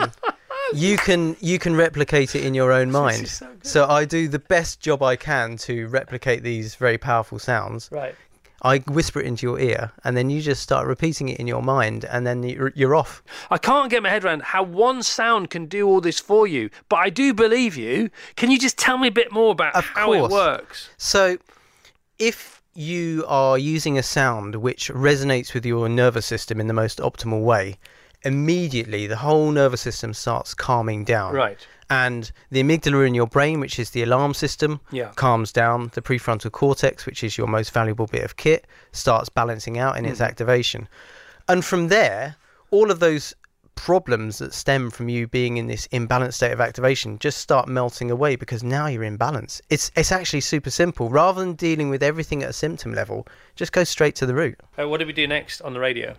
Speaker 13: you can you can replicate it in your own mind. So, I do the best job I can to replicate these very powerful sounds.
Speaker 2: Right.
Speaker 13: I whisper it into your ear and then you just start repeating it in your mind and then you're, you're off.
Speaker 2: I can't get my head around how one sound can do all this for you, but I do believe you. Can you just tell me a bit more about how it
Speaker 13: course.
Speaker 2: works?
Speaker 13: So, if you are using a sound which resonates with your nervous system in the most optimal way, immediately the whole nervous system starts calming down.
Speaker 2: Right.
Speaker 13: And the amygdala in your brain, which is the alarm system,
Speaker 2: Yeah.
Speaker 13: calms down. The prefrontal cortex, which is your most valuable bit of kit, starts balancing out in its
Speaker 2: Hmm.
Speaker 13: activation. And from there, all of those problems that stem from you being in this imbalanced state of activation just start melting away because now you're in balance. It's it's actually super simple. Rather than dealing with everything at a symptom level, just go straight to the root.
Speaker 2: Uh, what do we do next on the radio?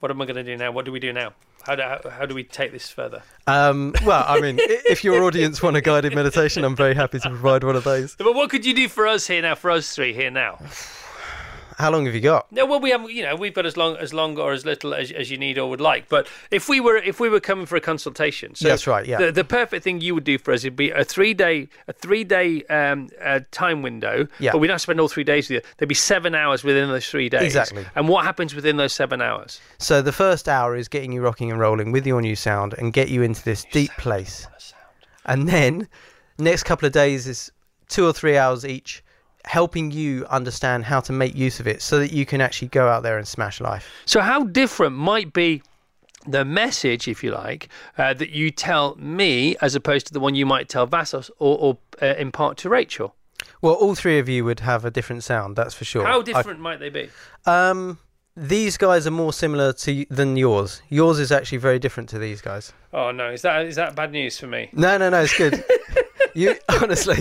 Speaker 2: What am I going to do now? What do we do now? How do how, how do we take this further?
Speaker 13: Um, well, I mean, i- if your audience want a guided meditation, I'm very happy to provide one of those.
Speaker 2: But what could you do for us here now? For us three
Speaker 13: [SIGHS]
Speaker 2: here now?
Speaker 13: How long have you got?
Speaker 2: No, well, we have you know we've got as long as long or as little as, as you need or would like. But if we were if we were coming for a consultation, so
Speaker 13: That's right, yeah.
Speaker 2: The, the perfect thing you would do for us would be a three day a three day um, uh, time window.
Speaker 13: Yeah.
Speaker 2: But we don't spend all three days with you. There'd be seven hours within those three days.
Speaker 13: Exactly.
Speaker 2: And what happens within those seven hours?
Speaker 13: So the first hour is getting you rocking and rolling with your new sound and get you into this deep place. And then next couple of days is two or three hours each helping you understand how to make use of it so that you can actually go out there and smash life.
Speaker 2: So how different might be the message, if you like, uh, that you tell me as opposed to the one you might tell Vassos or, or uh, impart to Rachel?
Speaker 13: Well, all three of you would have a different sound, that's for sure.
Speaker 2: How
Speaker 13: I-
Speaker 2: different might they be?
Speaker 13: um these guys are more similar to y- than yours. Yours is actually very different to these guys.
Speaker 2: Oh no, is that is that bad news for me?
Speaker 13: No, no, no, it's
Speaker 2: [LAUGHS]
Speaker 13: good. you [LAUGHS] honestly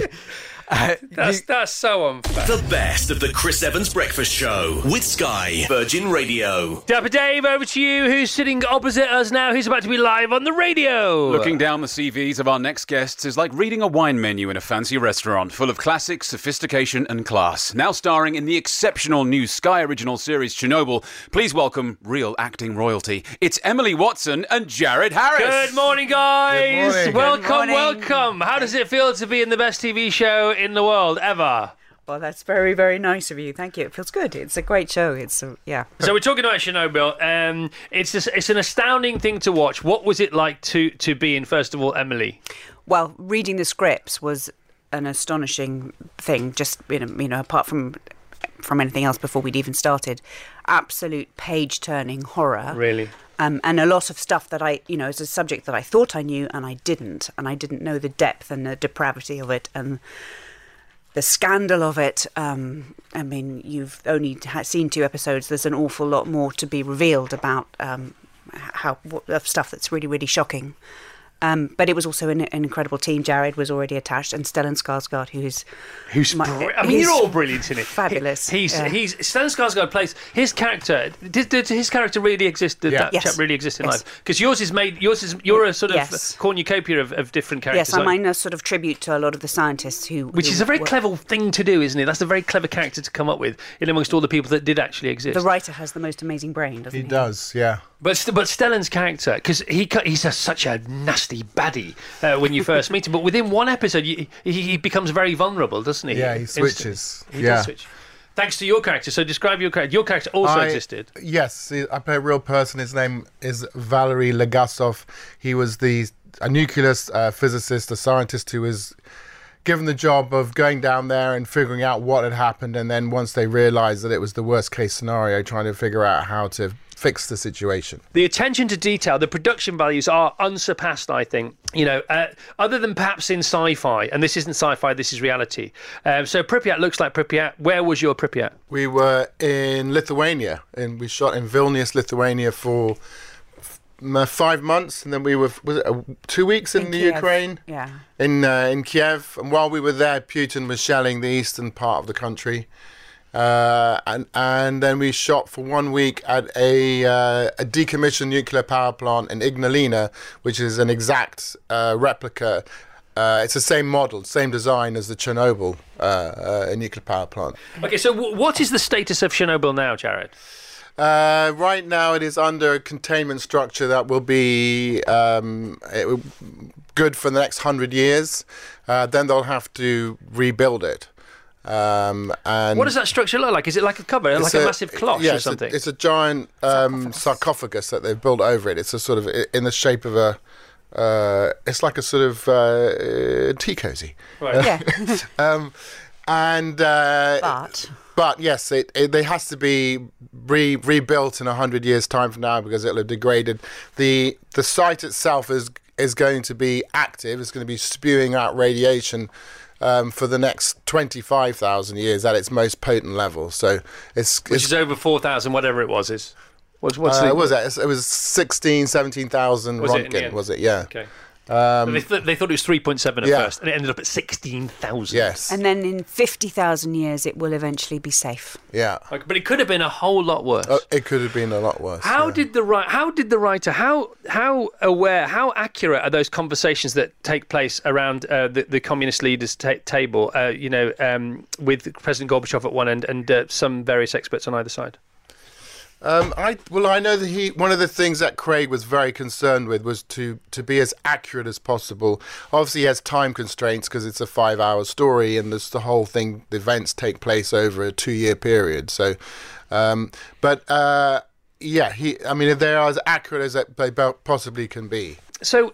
Speaker 2: That's that's so um, unfair.
Speaker 6: The best of the Chris Evans Breakfast Show with Sky Virgin Radio.
Speaker 2: Dapper Dave, over to you. Who's sitting opposite us now? Who's about to be live on the radio?
Speaker 3: Looking down the CVs of our next guests is like reading a wine menu in a fancy restaurant, full of classics, sophistication, and class. Now starring in the exceptional new Sky original series Chernobyl, please welcome real acting royalty. It's Emily Watson and Jared Harris.
Speaker 2: Good morning, guys.
Speaker 3: Good morning. Good
Speaker 2: Welcome,
Speaker 3: morning.
Speaker 2: welcome. How does it feel to be in the best TV show in the world ever?
Speaker 14: [LAUGHS] Well, that's very, very nice of you. Thank you. It feels good. It's a great show. It's a, yeah.
Speaker 2: So we're talking about Chernobyl. Um, it's just, it's an astounding thing to watch. What was it like to to be in? First of all, Emily.
Speaker 14: Well, reading the scripts was an astonishing thing. Just you know, you know, apart from from anything else before we'd even started, absolute page turning horror.
Speaker 2: Really?
Speaker 14: Um, and a lot of stuff that I, you know, it's a subject that I thought I knew and I didn't, and I didn't know the depth and the depravity of it and the scandal of it. Um, I mean, you've only ha- seen two episodes. There's an awful lot more to be revealed about um, h- how what, of stuff that's really, really shocking. Um, but it was also an, an incredible team. Jared was already attached, and Stellan Skarsgård, who is uh,
Speaker 2: who's Bri- I mean, you're all brilliant in it.
Speaker 14: Fabulous.
Speaker 2: He's
Speaker 14: Yeah.
Speaker 2: he's Stellan Skarsgård plays his character. Did, did his character really exist? Did
Speaker 14: Yeah.
Speaker 2: that
Speaker 14: Yes.
Speaker 2: chap really exist in
Speaker 14: Yes.
Speaker 2: life? Because yours is made. Yours is you're a sort of
Speaker 14: Yes.
Speaker 2: cornucopia of, of different characters.
Speaker 14: yes, I'm
Speaker 2: aren't you?
Speaker 14: a sort of tribute to a lot of the scientists who,
Speaker 2: Which
Speaker 14: who
Speaker 2: is a very
Speaker 14: were-
Speaker 2: clever thing to do, isn't it? That's a very clever character to come up with in amongst all the people that did actually exist.
Speaker 14: The writer has the most amazing brain, doesn't he?
Speaker 2: does, yeah. But st- but Stellan's character, because he cu- he's a, such a nasty baddie uh, when you first meet him, but within one episode you, he, he becomes very vulnerable, doesn't he?
Speaker 15: Yeah, he
Speaker 2: Instantly.
Speaker 15: switches.
Speaker 2: He
Speaker 15: Yeah.
Speaker 2: does switch. Thanks to your character. So describe your character. Your character also
Speaker 15: I-
Speaker 2: existed.
Speaker 15: Yes, I play a real person. His name is Valery Legasov. He was the a nuclear uh, physicist, a scientist who was given the job of going down there and figuring out what had happened, and then once they realised that it was the worst case scenario, trying to figure out how to fix the situation.
Speaker 2: The attention to detail, the production values are unsurpassed, I think. You know, uh, other than perhaps in sci fi, and this isn't sci fi, this is reality. Um, so Pripyat looks like Pripyat. Where was your Pripyat?
Speaker 15: We were in Lithuania, and we shot in Vilnius, Lithuania, for f- m- five months, and then we were was it uh, two weeks in, the
Speaker 14: Kiev.
Speaker 15: Ukraine,
Speaker 14: Yeah.
Speaker 15: in uh, in Kiev. And while we were there, Putin was shelling the eastern part of the country, uh, and and then we shot for one week at a uh, a decommissioned nuclear power plant in Ignalina, which is an exact uh, replica. Uh, it's the same model, same design as the Chernobyl uh, uh, nuclear power plant.
Speaker 2: Okay, so w- what is the status of Chernobyl now, Jared?
Speaker 15: Uh, right now, it is under a containment structure that will be um, it will- good for the next hundred years. Uh, then they'll have to rebuild it. Um, and
Speaker 2: what does that structure look like? Is it like a cover,
Speaker 15: it's
Speaker 2: like a, massive cloth
Speaker 15: yeah,
Speaker 2: or
Speaker 15: it's a-
Speaker 2: something?
Speaker 15: It's a, giant um, sarcophagus. that they've built over it. It's a sort of i- in the shape of a. Uh, it's like a sort of uh, tea cozy.
Speaker 2: Right.
Speaker 15: Yeah. [LAUGHS] um, and. Uh,
Speaker 14: but.
Speaker 15: But yes, it, it, it has to be re, rebuilt in hundred years' time from now because it'll have degraded. the The site itself is is going to be active. It's going to be spewing out radiation um, for the next twenty five thousand years at its most potent level. So it's
Speaker 2: Which is over 4,000, whatever it was. Is what's, what's
Speaker 15: uh,
Speaker 2: the,
Speaker 15: what was that? It was 16, 17,000
Speaker 2: Was it in the
Speaker 15: Röntgen,
Speaker 2: end?
Speaker 15: was it? Yeah.
Speaker 2: Okay.
Speaker 15: Um,
Speaker 2: they, th- they thought it was 3.7 at
Speaker 15: Yeah.
Speaker 2: first, and it ended up at 16,000.
Speaker 15: Yes.
Speaker 14: And then in 50,000 years, it will eventually be safe.
Speaker 15: Yeah. Oh,
Speaker 2: Like, but it could have been a whole lot worse.
Speaker 15: it could have been a lot worse.
Speaker 2: How did the writer? How did the writer? How how aware? How accurate are those conversations that take place around uh, the, the communist leaders' ta- table? Uh, you know, um, with President Gorbachev at one end and uh, some various experts on either side.
Speaker 15: Um, I well, I know that he. One of the things that Craig was very concerned with was to to be as accurate as possible. Obviously, he has time constraints because it's a five-hour story, and this the whole thing. The events take place over a two-year period. So, um, but uh, yeah, he. I mean, they are as accurate as they bo- possibly can be.
Speaker 2: So.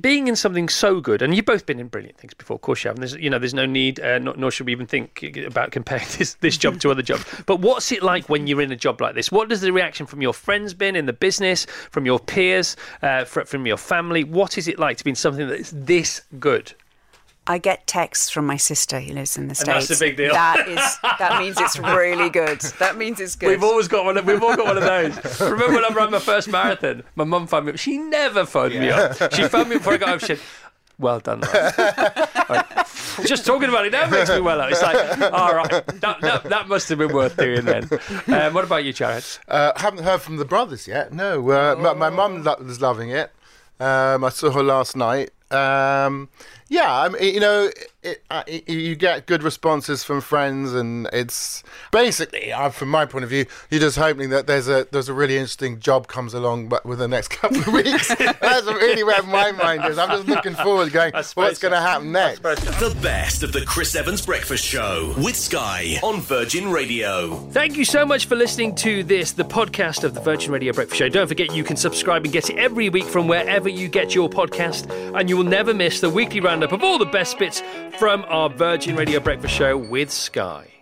Speaker 2: Being in something so good, and you've both been in brilliant things before, of course you have. And there's, you know, there's no need, uh, nor, nor should we even think about comparing [LAUGHS] this, this job to other jobs. But what's it like when you're in a job like this? What does the reaction from your friends been in the business, from your peers, uh, fr- from your family? What is it like to be in something that's this good?
Speaker 14: I get texts from my sister who lives in the
Speaker 2: And
Speaker 14: States.
Speaker 2: that's the big deal.
Speaker 14: That, is, that means it's really good. That means it's good.
Speaker 2: We've always got one. Of, we've all got one of
Speaker 14: [LAUGHS]
Speaker 2: [LAUGHS] those. Remember when I ran my first marathon? My mum phoned me. up. She never phoned me up. She phoned me before I got up. She said, "Well done." lad." [LAUGHS] Like, just talking about it now makes me well up. It's like, all right, that, that, that must have been worth doing then. [LAUGHS] Um, what about you, Jared?
Speaker 15: Uh, haven't heard from the brothers yet. No, uh, my, my mum
Speaker 2: Oh.
Speaker 15: lo- is loving it. Um, I saw her last night. Um, yeah, I mean, you know, it, I, y- you get good responses from friends, and it's basically, uh, from my point of view, you're just hoping that there's a there's a really interesting job comes along wi- within the next [LAUGHS] couple of weeks. That's really where my mind is. I'm just looking forward,
Speaker 2: [LAUGHS]
Speaker 15: going, what's going to happen next?
Speaker 6: The best of the Chris Evans Breakfast Show with Sky on Virgin Radio.
Speaker 2: Thank you so much for listening to this, the podcast of the Virgin Radio Breakfast Show. Don't forget you can subscribe and get it every week from wherever you get your podcast, and you will never miss the weekly roundup of all the best bits from our Virgin Radio Breakfast Show with Sky.